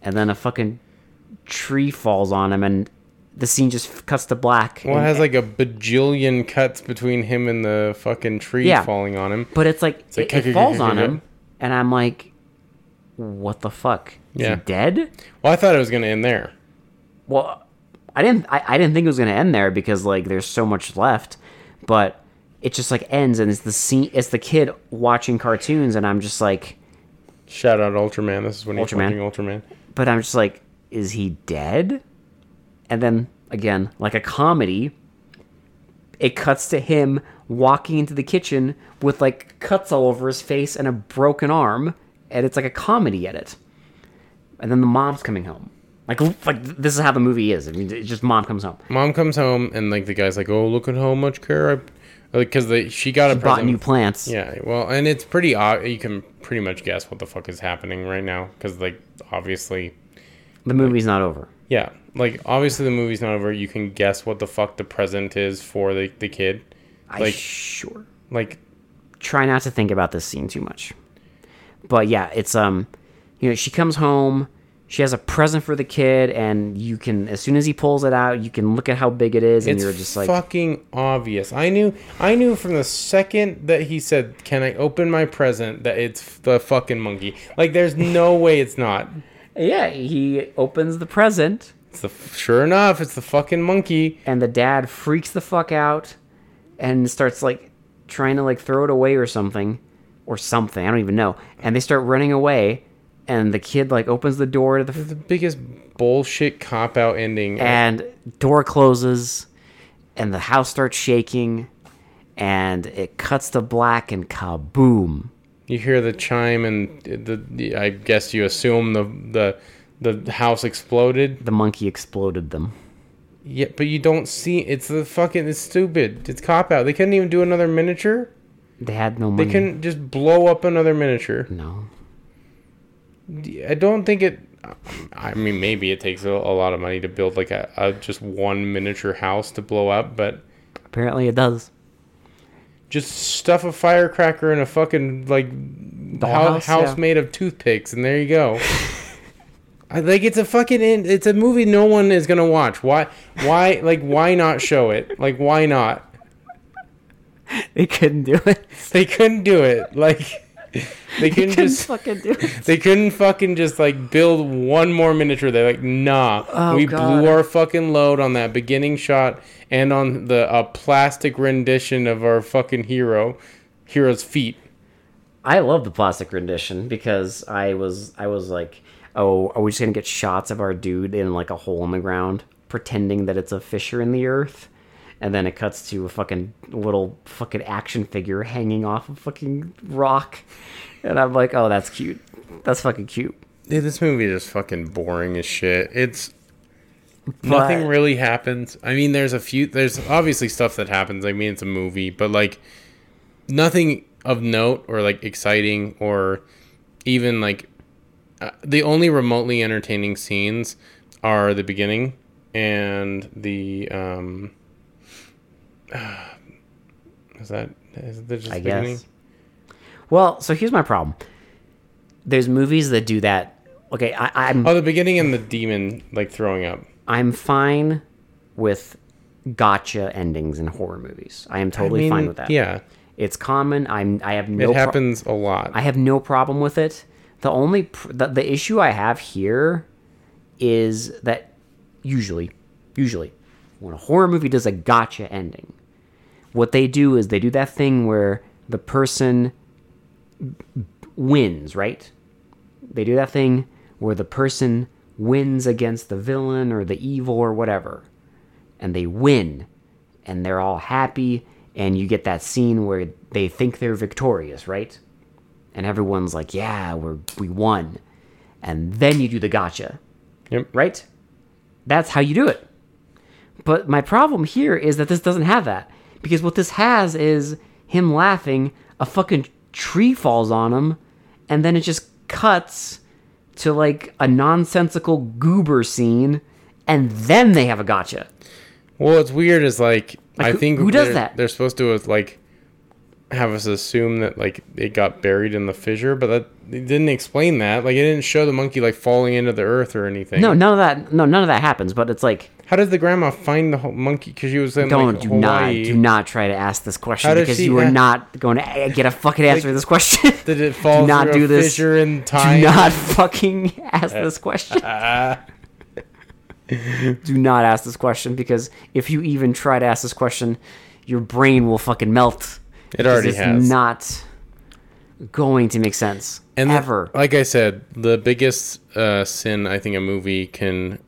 Speaker 2: And then a fucking tree falls on him, and the scene just cuts to black.
Speaker 1: Well, it
Speaker 2: and-
Speaker 1: has like a bajillion cuts between him and the fucking tree
Speaker 2: Yeah.
Speaker 1: falling on him.
Speaker 2: but it's like,
Speaker 1: like,
Speaker 2: it, it falls on him, and I'm like, "What the fuck? Is
Speaker 1: Yeah.
Speaker 2: he dead?"
Speaker 1: Well, I thought it was gonna end there.
Speaker 2: well i didn't I, I didn't think it was gonna end there because like there's so much left but it just like ends and it's the scene it's the kid watching cartoons and i'm just like
Speaker 1: Shout out Ultraman. This is when he's
Speaker 2: Ultraman.
Speaker 1: watching Ultraman.
Speaker 2: but i'm just like is he dead and then again like a comedy it cuts to him walking into the kitchen with like cuts all over his face and a broken arm and it's like a comedy edit and then the mom's coming home like like this is how the movie is i mean it's just mom comes home
Speaker 1: Mom comes home and like the guy's like, "Oh, look at how much care I," like because she got a
Speaker 2: bought
Speaker 1: present.
Speaker 2: new plants
Speaker 1: Yeah, well, and it's pretty. ob- You can pretty much guess what the fuck is happening right now because, like, obviously,
Speaker 2: The movie's not over.
Speaker 1: yeah, like obviously the movie's not over. You can guess what the fuck the present is for the the kid.
Speaker 2: I
Speaker 1: Like-
Speaker 2: sure
Speaker 1: Like,
Speaker 2: try not to think about this scene too much. But yeah, it's um you know, she comes home, she has a present for the kid and you can as soon as he pulls it out, you can look at how big it is and
Speaker 1: it's
Speaker 2: you're just like
Speaker 1: fucking obvious. I knew, I knew from the second that he said, "Can I open my present?" that it's the fucking monkey. Like, there's no way it's not.
Speaker 2: yeah, he opens the present
Speaker 1: It's the sure enough, it's the fucking monkey.
Speaker 2: and the dad freaks the fuck out and starts like trying to like throw it away or something or something, I don't even know. And they start running away and the kid like opens the door to the
Speaker 1: The biggest bullshit cop out ending.
Speaker 2: and door closes and the house starts shaking and it cuts to black and kaboom
Speaker 1: You hear the chime, and the, the I guess you assume the the the house exploded.
Speaker 2: the monkey exploded them
Speaker 1: Yeah, but you don't see. It's the fucking. It's stupid. It's cop out. They couldn't even do another miniature.
Speaker 2: they had no
Speaker 1: They
Speaker 2: money
Speaker 1: couldn't just blow up another miniature.
Speaker 2: no
Speaker 1: I don't think it. I mean, maybe it takes a, a lot of money to build like a, a just one miniature house to blow up, but
Speaker 2: Apparently it does.
Speaker 1: just stuff a firecracker in a fucking like
Speaker 2: Dollhouse,
Speaker 1: house, house
Speaker 2: yeah.
Speaker 1: made of toothpicks, and there you go. I, like it's a fucking in- it's a movie no one is gonna watch. Why why like why not show it? Like why not?
Speaker 2: They couldn't do it.
Speaker 1: They couldn't do it. Like they couldn't
Speaker 2: Couldn't
Speaker 1: just
Speaker 2: fucking do it.
Speaker 1: They couldn't fucking just like build one more miniature. They're like, nah,
Speaker 2: Oh,
Speaker 1: we
Speaker 2: God.
Speaker 1: blew our fucking load on that beginning shot and on the uh, plastic rendition of our fucking hero, hero's feet.
Speaker 2: I love the plastic rendition because I was I was like, oh, are we just gonna get shots of our dude in like a hole in the ground, pretending that it's a fissure in the earth, and then it cuts to a fucking little fucking action figure hanging off a fucking rock, and I'm like, oh, that's cute, that's fucking cute.
Speaker 1: Dude, this movie is just fucking boring as shit. It's
Speaker 2: But-
Speaker 1: nothing really happens. I mean, there's a few. There's obviously stuff that happens. I mean, it's a movie, but like nothing of note or like exciting or even like uh, the only remotely entertaining scenes are the beginning and the um. Is that is it just
Speaker 2: I
Speaker 1: the beginning?
Speaker 2: guess. Well, so here's my problem. There's movies that do that. Okay, I, I'm
Speaker 1: Oh, the beginning and the demon like throwing up.
Speaker 2: I'm fine with gotcha endings in horror movies. I am totally
Speaker 1: I mean,
Speaker 2: fine with that.
Speaker 1: Yeah,
Speaker 2: It's common. I'm I have
Speaker 1: it
Speaker 2: no pro-
Speaker 1: happens a lot.
Speaker 2: I have no problem with it. The only pr- the, the issue I have here is that usually usually when a horror movie does a gotcha ending, what they do is they do that thing where the person wins, right? They do that thing where the person wins against the villain or the evil or whatever. And they win. And they're all happy. And you get that scene where they think they're victorious, right? And everyone's like, yeah, we're, we won. And then you do the gotcha
Speaker 1: yep.
Speaker 2: right? That's how you do it. But my problem here is that this doesn't have that. Because what this has is him laughing, a fucking tree falls on him, and then it just cuts to like a nonsensical goober scene, and then they have a gotcha.
Speaker 1: Well, what's weird is like, I
Speaker 2: who-
Speaker 1: think
Speaker 2: who does
Speaker 1: they're-
Speaker 2: that?
Speaker 1: They're supposed to uh, like have us assume that like it got buried in the fissure, but that they didn't explain that. Like, it didn't show the monkey like falling into the earth or anything.
Speaker 2: No, none of that. No, none of that happens. But it's like,
Speaker 1: How does the grandma find the ho- monkey? Because she was in
Speaker 2: don't
Speaker 1: like,
Speaker 2: do not
Speaker 1: Hawaii.
Speaker 2: do not try to ask this question
Speaker 1: How does
Speaker 2: because
Speaker 1: she
Speaker 2: you are
Speaker 1: ha-
Speaker 2: not going to get a fucking answer to this question.
Speaker 1: Did it fall
Speaker 2: do not
Speaker 1: through
Speaker 2: do
Speaker 1: a
Speaker 2: this.
Speaker 1: fissure in
Speaker 2: Do
Speaker 1: time?
Speaker 2: not fucking ask this question. do not ask this question because if you even try to ask this question, your brain will fucking melt.
Speaker 1: It already
Speaker 2: it's
Speaker 1: has.
Speaker 2: Not going to make sense
Speaker 1: and the-
Speaker 2: ever.
Speaker 1: like I said, the biggest uh, sin I think a movie can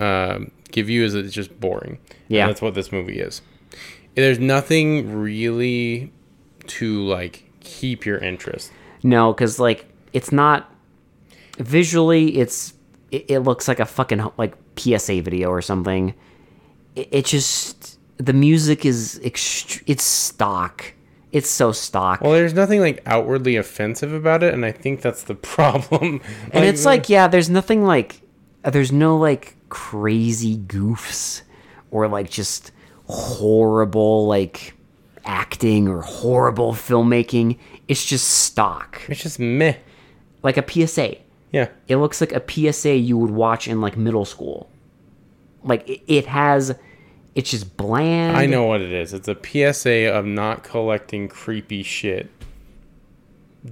Speaker 1: uh, give you is it's just boring.
Speaker 2: Yeah.
Speaker 1: and that's what this movie is. There's nothing really to like keep your interest.
Speaker 2: no, because like it's not visually. It's it, it looks like a fucking like PSA video or something. It, it just the music is ext- it's stock. It's so stock.
Speaker 1: Well, there's nothing like outwardly offensive about it, and I think that's the problem.
Speaker 2: and it's like yeah there's nothing like uh, there's no like crazy goofs or like just horrible like acting or horrible filmmaking it's just stock
Speaker 1: it's just meh.
Speaker 2: like a psa
Speaker 1: Yeah,
Speaker 2: it looks like a psa you would watch in like middle school like it, it has it's just bland
Speaker 1: I know what it is. It's a PSA of not collecting creepy shit.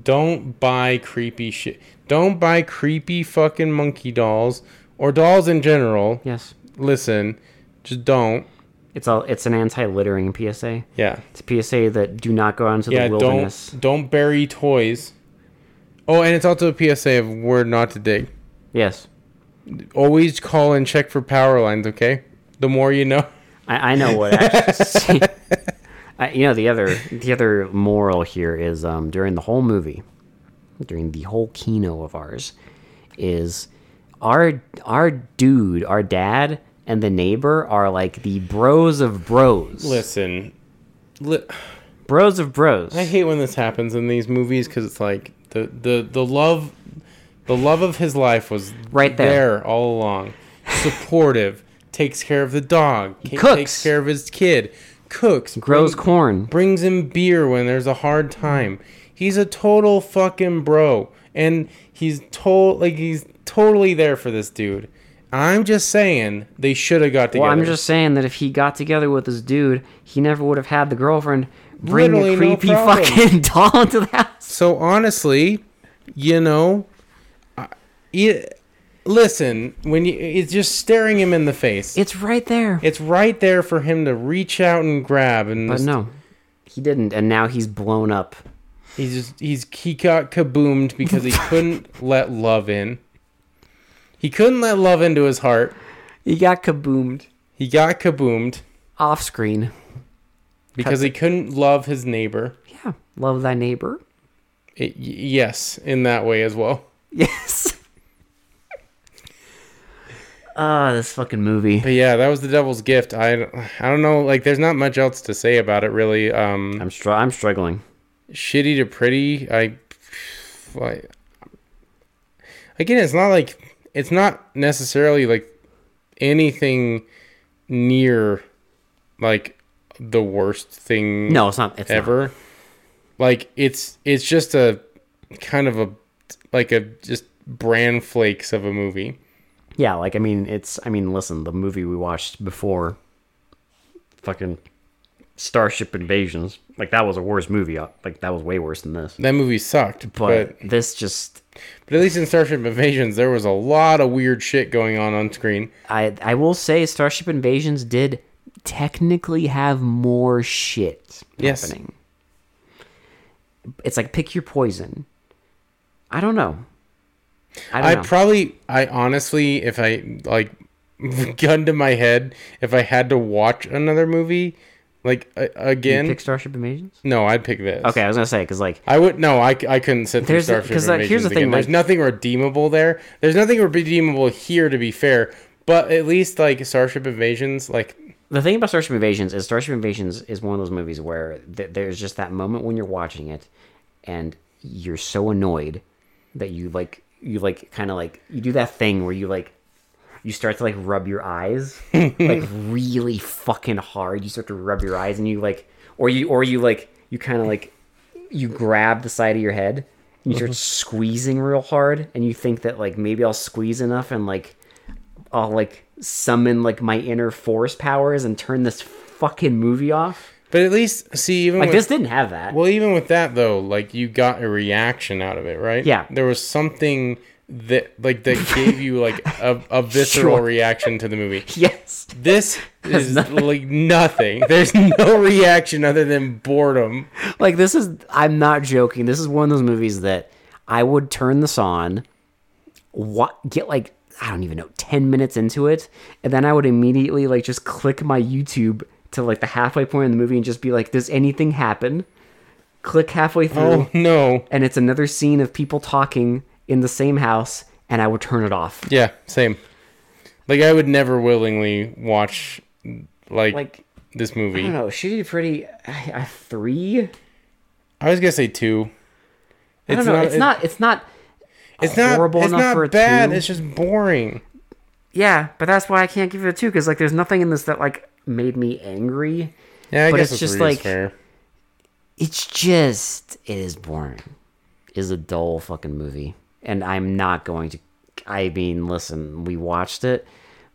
Speaker 1: Don't buy creepy shit. Don't buy creepy fucking monkey dolls or dolls in general.
Speaker 2: yes
Speaker 1: Listen, just don't.
Speaker 2: it's a it's an anti-littering psa
Speaker 1: Yeah.
Speaker 2: it's a psa that do not go out into
Speaker 1: Yeah,
Speaker 2: the wilderness
Speaker 1: don't don't bury toys. Oh, and it's also a PSA of where not to dig.
Speaker 2: yes
Speaker 1: Always call and check for power lines, okay? The more you know.
Speaker 2: I, I know what. Actually, I, you know the other the other moral here is um, during the whole movie, during the whole kino of ours, is our our dude, our dad, and the neighbor are like the bros of bros,
Speaker 1: Listen. Li-
Speaker 2: bros of bros.
Speaker 1: I hate when this happens in these movies cuz it's like the the the love The love of his life was
Speaker 2: Right there.
Speaker 1: all along. Supportive, takes care of the dog, ca-
Speaker 2: cooks.
Speaker 1: takes care of his kid, cooks,
Speaker 2: Grows
Speaker 1: bring-
Speaker 2: corn.
Speaker 1: brings him beer when there's a hard time. He's a total fucking bro, and he's total like he's totally there for this dude. I'm just saying they should have got together.
Speaker 2: Well, I'm just saying that if he got together with this dude, he never would have had the girlfriend bring
Speaker 1: Literally
Speaker 2: a
Speaker 1: no
Speaker 2: creepy
Speaker 1: problem.
Speaker 2: fucking doll into the house.
Speaker 1: So honestly, you know, I, it, listen when you it's just staring him in the face.
Speaker 2: It's right there.
Speaker 1: It's right there for him to reach out and grab, and
Speaker 2: but no, he didn't, and now he's blown up.
Speaker 1: he just he's he got kaboomed because he couldn't let love in. He couldn't let love into his heart.
Speaker 2: He got kaboomed
Speaker 1: He got kaboomed
Speaker 2: off screen.
Speaker 1: because he couldn't love his neighbor.
Speaker 2: Yeah, love thy neighbor.
Speaker 1: It, y- yes, in that way as well.
Speaker 2: Yes. Ah, this fucking movie.
Speaker 1: But yeah, that was the devil's gift. I don't- I don't know. Like, there's not much else to say about it really. Um,
Speaker 2: I'm str- I'm struggling.
Speaker 1: shitty to pretty. I, I again, it's not like it's not necessarily like anything near like the worst thing
Speaker 2: No, it's not. It's Ever.
Speaker 1: ever. Like it's it's just a kind of a like a just bran flakes of a movie.
Speaker 2: Yeah, like I mean, it's I mean, listen, the movie we watched before, fucking Starship Invasions, like that was a worse movie. uh, Like that was way worse than this.
Speaker 1: That movie sucked, but
Speaker 2: But this just,
Speaker 1: but at least in Starship Invasions there was a lot of weird shit going on on screen.
Speaker 2: I I will say, Starship Invasions did technically have more shit
Speaker 1: Yes.
Speaker 2: happening. It's like pick your poison. I don't know. I don't
Speaker 1: I
Speaker 2: know.
Speaker 1: probably, I honestly, if I like, gun to my head, if I had to watch another movie, like a again,
Speaker 2: pick Starship Invasions.
Speaker 1: no, I'd pick this.
Speaker 2: Okay, I was gonna say because like
Speaker 1: I would no, I, c- I couldn't sit through
Speaker 2: There's a-
Speaker 1: Starship
Speaker 2: 'cause, like,
Speaker 1: Invasions
Speaker 2: here's the thing,
Speaker 1: again. There's
Speaker 2: like-
Speaker 1: nothing redeemable there. There's nothing redeemable here, to be fair. But at least like Starship Invasions, like
Speaker 2: the thing about Starship Invasions is Starship Invasions is one of those movies where th- there's just that moment when you're watching it, and you're so annoyed that you like you like kind of like you do that thing where you like you start to like rub your eyes like really fucking hard. You start to rub your eyes and you like or you or you like you kind of like you grab the side of your head and you start squeezing real hard and you think that like maybe I'll squeeze enough and like I'll like summon like my inner force powers and turn this fucking movie off.
Speaker 1: but at least see even
Speaker 2: Like
Speaker 1: with,
Speaker 2: this didn't have that.
Speaker 1: Well, even with that though, like you got a reaction out of it, right?
Speaker 2: Yeah.
Speaker 1: There was something that like that gave you like a, a visceral
Speaker 2: Sure.
Speaker 1: reaction to the movie.
Speaker 2: yes.
Speaker 1: This is like nothing. There's no reaction other than boredom.
Speaker 2: Like this is I'm not joking. This is one of those movies that I would turn this on, what get like I don't even know 10 minutes into it, and then I would immediately like just click my YouTube to like the halfway point in the movie and just be like does anything happen? Click halfway through
Speaker 1: Oh no.
Speaker 2: and it's another scene of people talking in the same house and I would turn it off.
Speaker 1: Yeah, same. Like I would never willingly watch like,
Speaker 2: Like
Speaker 1: this
Speaker 2: I
Speaker 1: movie.
Speaker 2: don't know, Shitty Pretty I, I 3
Speaker 1: I was gonna say two.
Speaker 2: I don't know. it's not. It's not.
Speaker 1: It's not.
Speaker 2: horrible
Speaker 1: it's
Speaker 2: enough
Speaker 1: not
Speaker 2: for a
Speaker 1: bad.
Speaker 2: two.
Speaker 1: It's just boring.
Speaker 2: Yeah, but that's why I can't give it a two because like there's nothing in this that like made me angry.
Speaker 1: Yeah, I
Speaker 2: But
Speaker 1: guess
Speaker 2: it's
Speaker 1: it's
Speaker 2: just
Speaker 1: just
Speaker 2: like-
Speaker 1: fair.
Speaker 2: It's just it is boring. It is a dull fucking movie, and I'm not going to. I mean, listen, we watched it,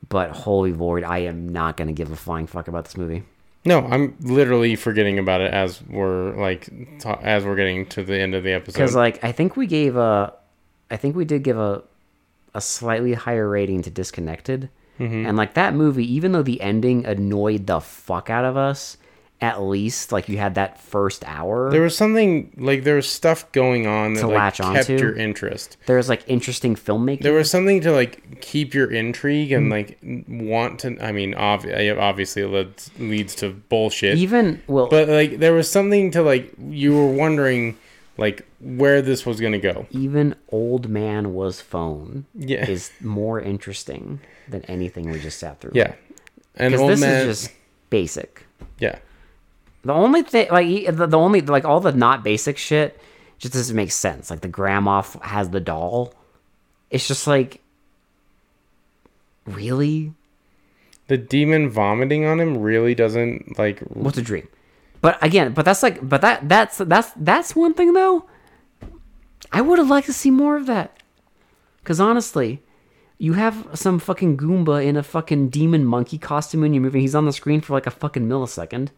Speaker 2: but holy lord, I am not going to give a flying fuck about this movie.
Speaker 1: No, I'm literally forgetting about it as we're like ta- as we're getting to the end of the episode.
Speaker 2: Because like I think we gave a, I think we did give a, a slightly higher rating to Disconnected,
Speaker 1: Mm-hmm.
Speaker 2: and like that movie, even though the ending annoyed the fuck out of us, at least like you had that first hour.
Speaker 1: there was something like there was stuff going on that
Speaker 2: To
Speaker 1: like,
Speaker 2: latch
Speaker 1: kept
Speaker 2: onto?
Speaker 1: your interest.
Speaker 2: there was like interesting filmmaking.
Speaker 1: There was something to like keep your intrigue
Speaker 2: Mm.
Speaker 1: and like want to. I mean, obvi- obviously, it leads leads to bullshit.
Speaker 2: even well,
Speaker 1: but like, there was something to like you were wondering like where this was gonna go.
Speaker 2: even Old Man Was Phone
Speaker 1: Yeah.
Speaker 2: is more interesting than anything we just sat through.
Speaker 1: Yeah, and
Speaker 2: because
Speaker 1: old
Speaker 2: this
Speaker 1: man.
Speaker 2: is just basic.
Speaker 1: yeah,
Speaker 2: The only thing, like he- the, the only like all the not basic shit, just doesn't make sense. Like the grandma f- has the doll it's just like really
Speaker 1: The demon vomiting on him really doesn't like. r-
Speaker 2: what's a dream but again but that's like but that that's that's that's one thing though i would have liked to see more of that because honestly you have some fucking goomba in a fucking demon monkey costume and you're moving he's on the screen for like a fucking millisecond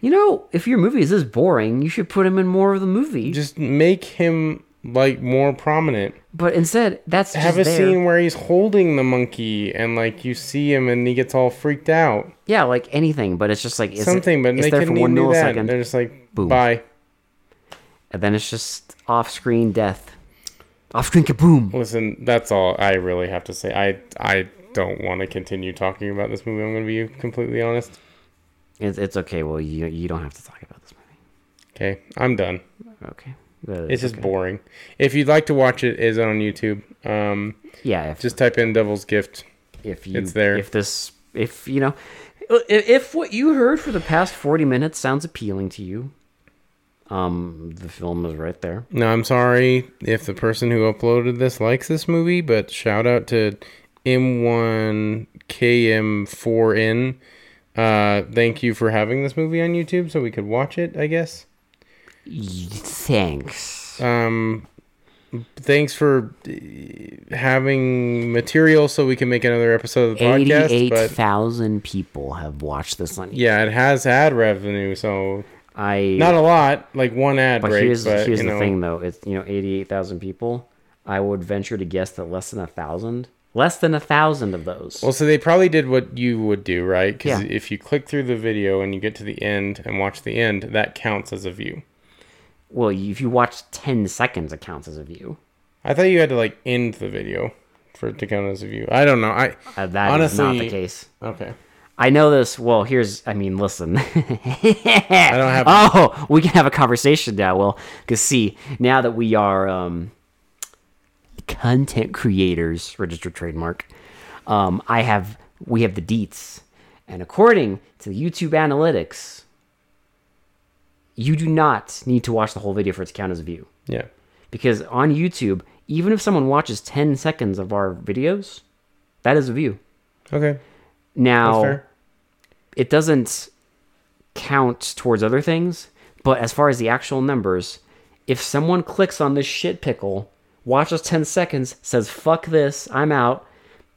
Speaker 2: you know if your movie is this boring you should put him in more of the movie
Speaker 1: Just make him like more prominent.
Speaker 2: but instead that's just
Speaker 1: Have a
Speaker 2: there.
Speaker 1: scene where he's holding the monkey and like you see him and he gets all freaked out.
Speaker 2: yeah like anything but it's just like it's,
Speaker 1: Something, but
Speaker 2: it's
Speaker 1: they
Speaker 2: there for
Speaker 1: couldn't
Speaker 2: one
Speaker 1: even do that.
Speaker 2: millisecond
Speaker 1: They're just like,
Speaker 2: Boom.
Speaker 1: bye.
Speaker 2: and then it's just off-screen death off-screen kaboom
Speaker 1: Listen, that's all I really have to say. I I don't want to continue talking about this movie. I'm going to be completely honest.
Speaker 2: It's, it's okay. Well, you you don't have to talk about this movie.
Speaker 1: Okay, I'm done.
Speaker 2: Okay. Uh, But
Speaker 1: It's just boring. If you'd like to watch it, it is on YouTube. Um,
Speaker 2: yeah. If,
Speaker 1: just type in Devil's Gift.
Speaker 2: if you
Speaker 1: it's there.
Speaker 2: if this if you know if, if what you heard for the past forty minutes sounds appealing to you, um, the film is right there.
Speaker 1: No, I'm sorry if the person who uploaded this likes this movie, but shout out to M1KM4N. Uh, thank you for having this movie on YouTube so we could watch it, I guess.
Speaker 2: Thanks.
Speaker 1: Um, thanks for uh, having material so we can make another episode of the podcast.
Speaker 2: Eighty-eight
Speaker 1: But
Speaker 2: thousand people have watched this on.
Speaker 1: yeah, it has ad revenue, so
Speaker 2: I
Speaker 1: not a lot, like one ad
Speaker 2: But
Speaker 1: break.
Speaker 2: here's
Speaker 1: but
Speaker 2: here's
Speaker 1: you
Speaker 2: the
Speaker 1: know,
Speaker 2: thing though. It's you know eighty eight thousand people. I would venture to guess that less than a thousand, less than a thousand of those.
Speaker 1: Well, so they probably did what you would do, right? Because
Speaker 2: Yeah.
Speaker 1: if you click through the video and you get to the end and watch the end, that counts as a view.
Speaker 2: well, you- if you watch ten seconds, it counts as a view.
Speaker 1: I thought you had to like end the video for it to count as a view. I don't know. I
Speaker 2: Uh, that is not the
Speaker 1: Honestly-
Speaker 2: case.
Speaker 1: okay.
Speaker 2: I know this. Well, here's. I mean, listen.
Speaker 1: I don't have.
Speaker 2: oh, we can have a conversation now. Well, because see, now that we are um, content creators, registered trademark, um, I have we have the deets, and according to the YouTube analytics, you do not need to watch the whole video for it to count as a view.
Speaker 1: yeah.
Speaker 2: Because on YouTube, even if someone watches ten seconds of our videos, that is a view.
Speaker 1: Okay.
Speaker 2: Now
Speaker 1: Fair.
Speaker 2: it doesn't count towards other things, but as far as the actual numbers, if someone clicks on this shit pickle, watches 10 seconds, says, fuck this, I'm out,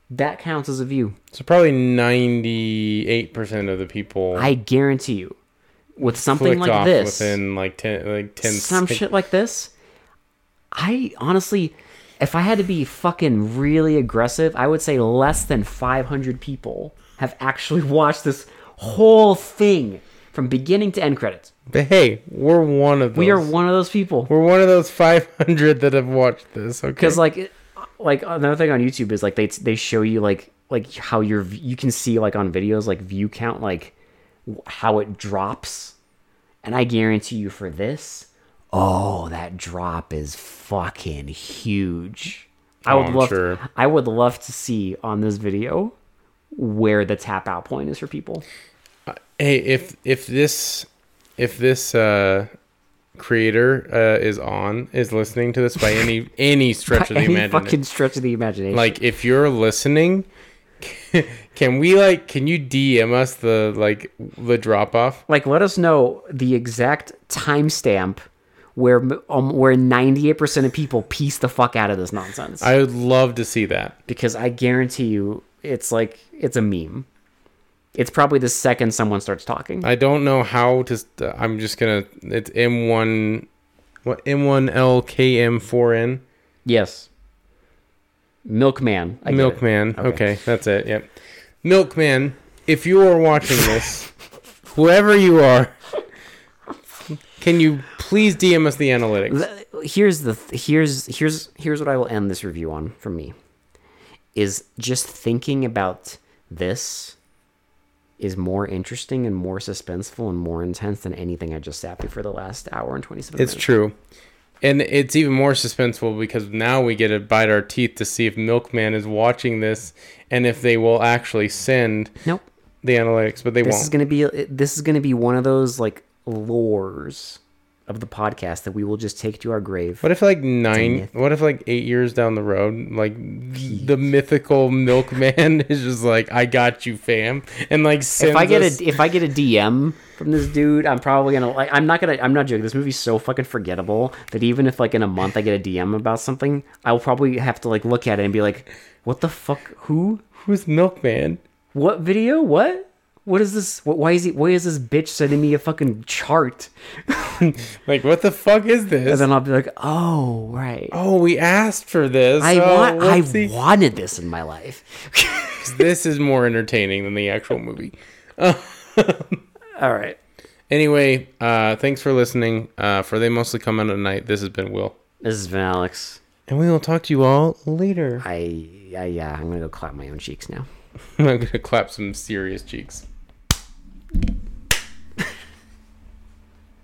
Speaker 2: that counts as a view.
Speaker 1: So probably ninety-eight percent of the people
Speaker 2: I guarantee you, with something
Speaker 1: clicked
Speaker 2: like
Speaker 1: off
Speaker 2: this,
Speaker 1: within like ten, like ten.
Speaker 2: some
Speaker 1: sec-
Speaker 2: shit like this, I honestly, if I had to be fucking really aggressive, I would say less than 500 people have actually watched this whole thing from beginning to end credits.
Speaker 1: But hey, we're one of those.
Speaker 2: We are one of those people.
Speaker 1: We're one of those five hundred that have watched this. Okay.
Speaker 2: because like it- uh, like another thing on YouTube is like they they show you like like how your v- you can see like on videos like view count like w- how it drops, and I guarantee you for this, oh that drop is fucking huge. I
Speaker 1: Oh,
Speaker 2: would
Speaker 1: I'm
Speaker 2: love
Speaker 1: sure.
Speaker 2: I would love to see on this video where the tap out point is for people.
Speaker 1: hey if if this if this uh creator uh is on is listening to this by any any stretch of the
Speaker 2: Any
Speaker 1: imagination
Speaker 2: fucking stretch of the imagination.
Speaker 1: like if you're listening can we like can you dm us the like the drop off
Speaker 2: like let us know the exact timestamp where um, where 98% of people piece the fuck out of this nonsense
Speaker 1: i would love to see that
Speaker 2: because i guarantee you it's like it's a meme it's probably the second someone starts talking
Speaker 1: i don't know how to st- i'm just gonna it's m1 what m1lkm4n
Speaker 2: yes milkman I get it.
Speaker 1: Milkman. Okay. that's it. Yep. Milkman, if you are watching this, whoever you are, can you please DM us the analytics?
Speaker 2: Th- here's the th- here's here's here's what I will end this review on from me is just thinking about this is more interesting and more suspenseful and more intense than anything I just sat through for the last hour and 27
Speaker 1: It's
Speaker 2: minutes.
Speaker 1: true. And it's even more suspenseful because now we get to bite our teeth to see if Milkman is watching this and if they will actually send
Speaker 2: Nope.
Speaker 1: the analytics, but they
Speaker 2: This
Speaker 1: won't.
Speaker 2: is going to be this is going to be one of those like lures of the podcast that we will just take to our grave.
Speaker 1: What if like nine? What if like eight years down the road, like the mythical milkman is just like, "I got you, fam," and like sends
Speaker 2: if I get
Speaker 1: us-
Speaker 2: a if I get a DM from this dude, I'm probably gonna like I'm not gonna I'm not joking. This movie's so fucking forgettable that even if like in a month I get a DM about something, I'll probably have to like look at it and be like, what the fuck? Who?
Speaker 1: who's milkman?
Speaker 2: What video? What? What is this? What, why is he? Why is this bitch sending me a fucking chart?
Speaker 1: Like, what the fuck is this?
Speaker 2: And then I'll be like, oh right.
Speaker 1: oh, we asked for this.
Speaker 2: I
Speaker 1: oh,
Speaker 2: want. I
Speaker 1: whoopsie.
Speaker 2: wanted this in my life.
Speaker 1: this is more entertaining than the actual movie.
Speaker 2: All right.
Speaker 1: Anyway, uh, thanks for listening. Uh, for they mostly come out at night. This has been Will,
Speaker 2: This has been Alex.
Speaker 1: and we will talk to you all later.
Speaker 2: I, I yeah, I'm gonna go clap my own cheeks now.
Speaker 1: I'm gonna clap some serious cheeks.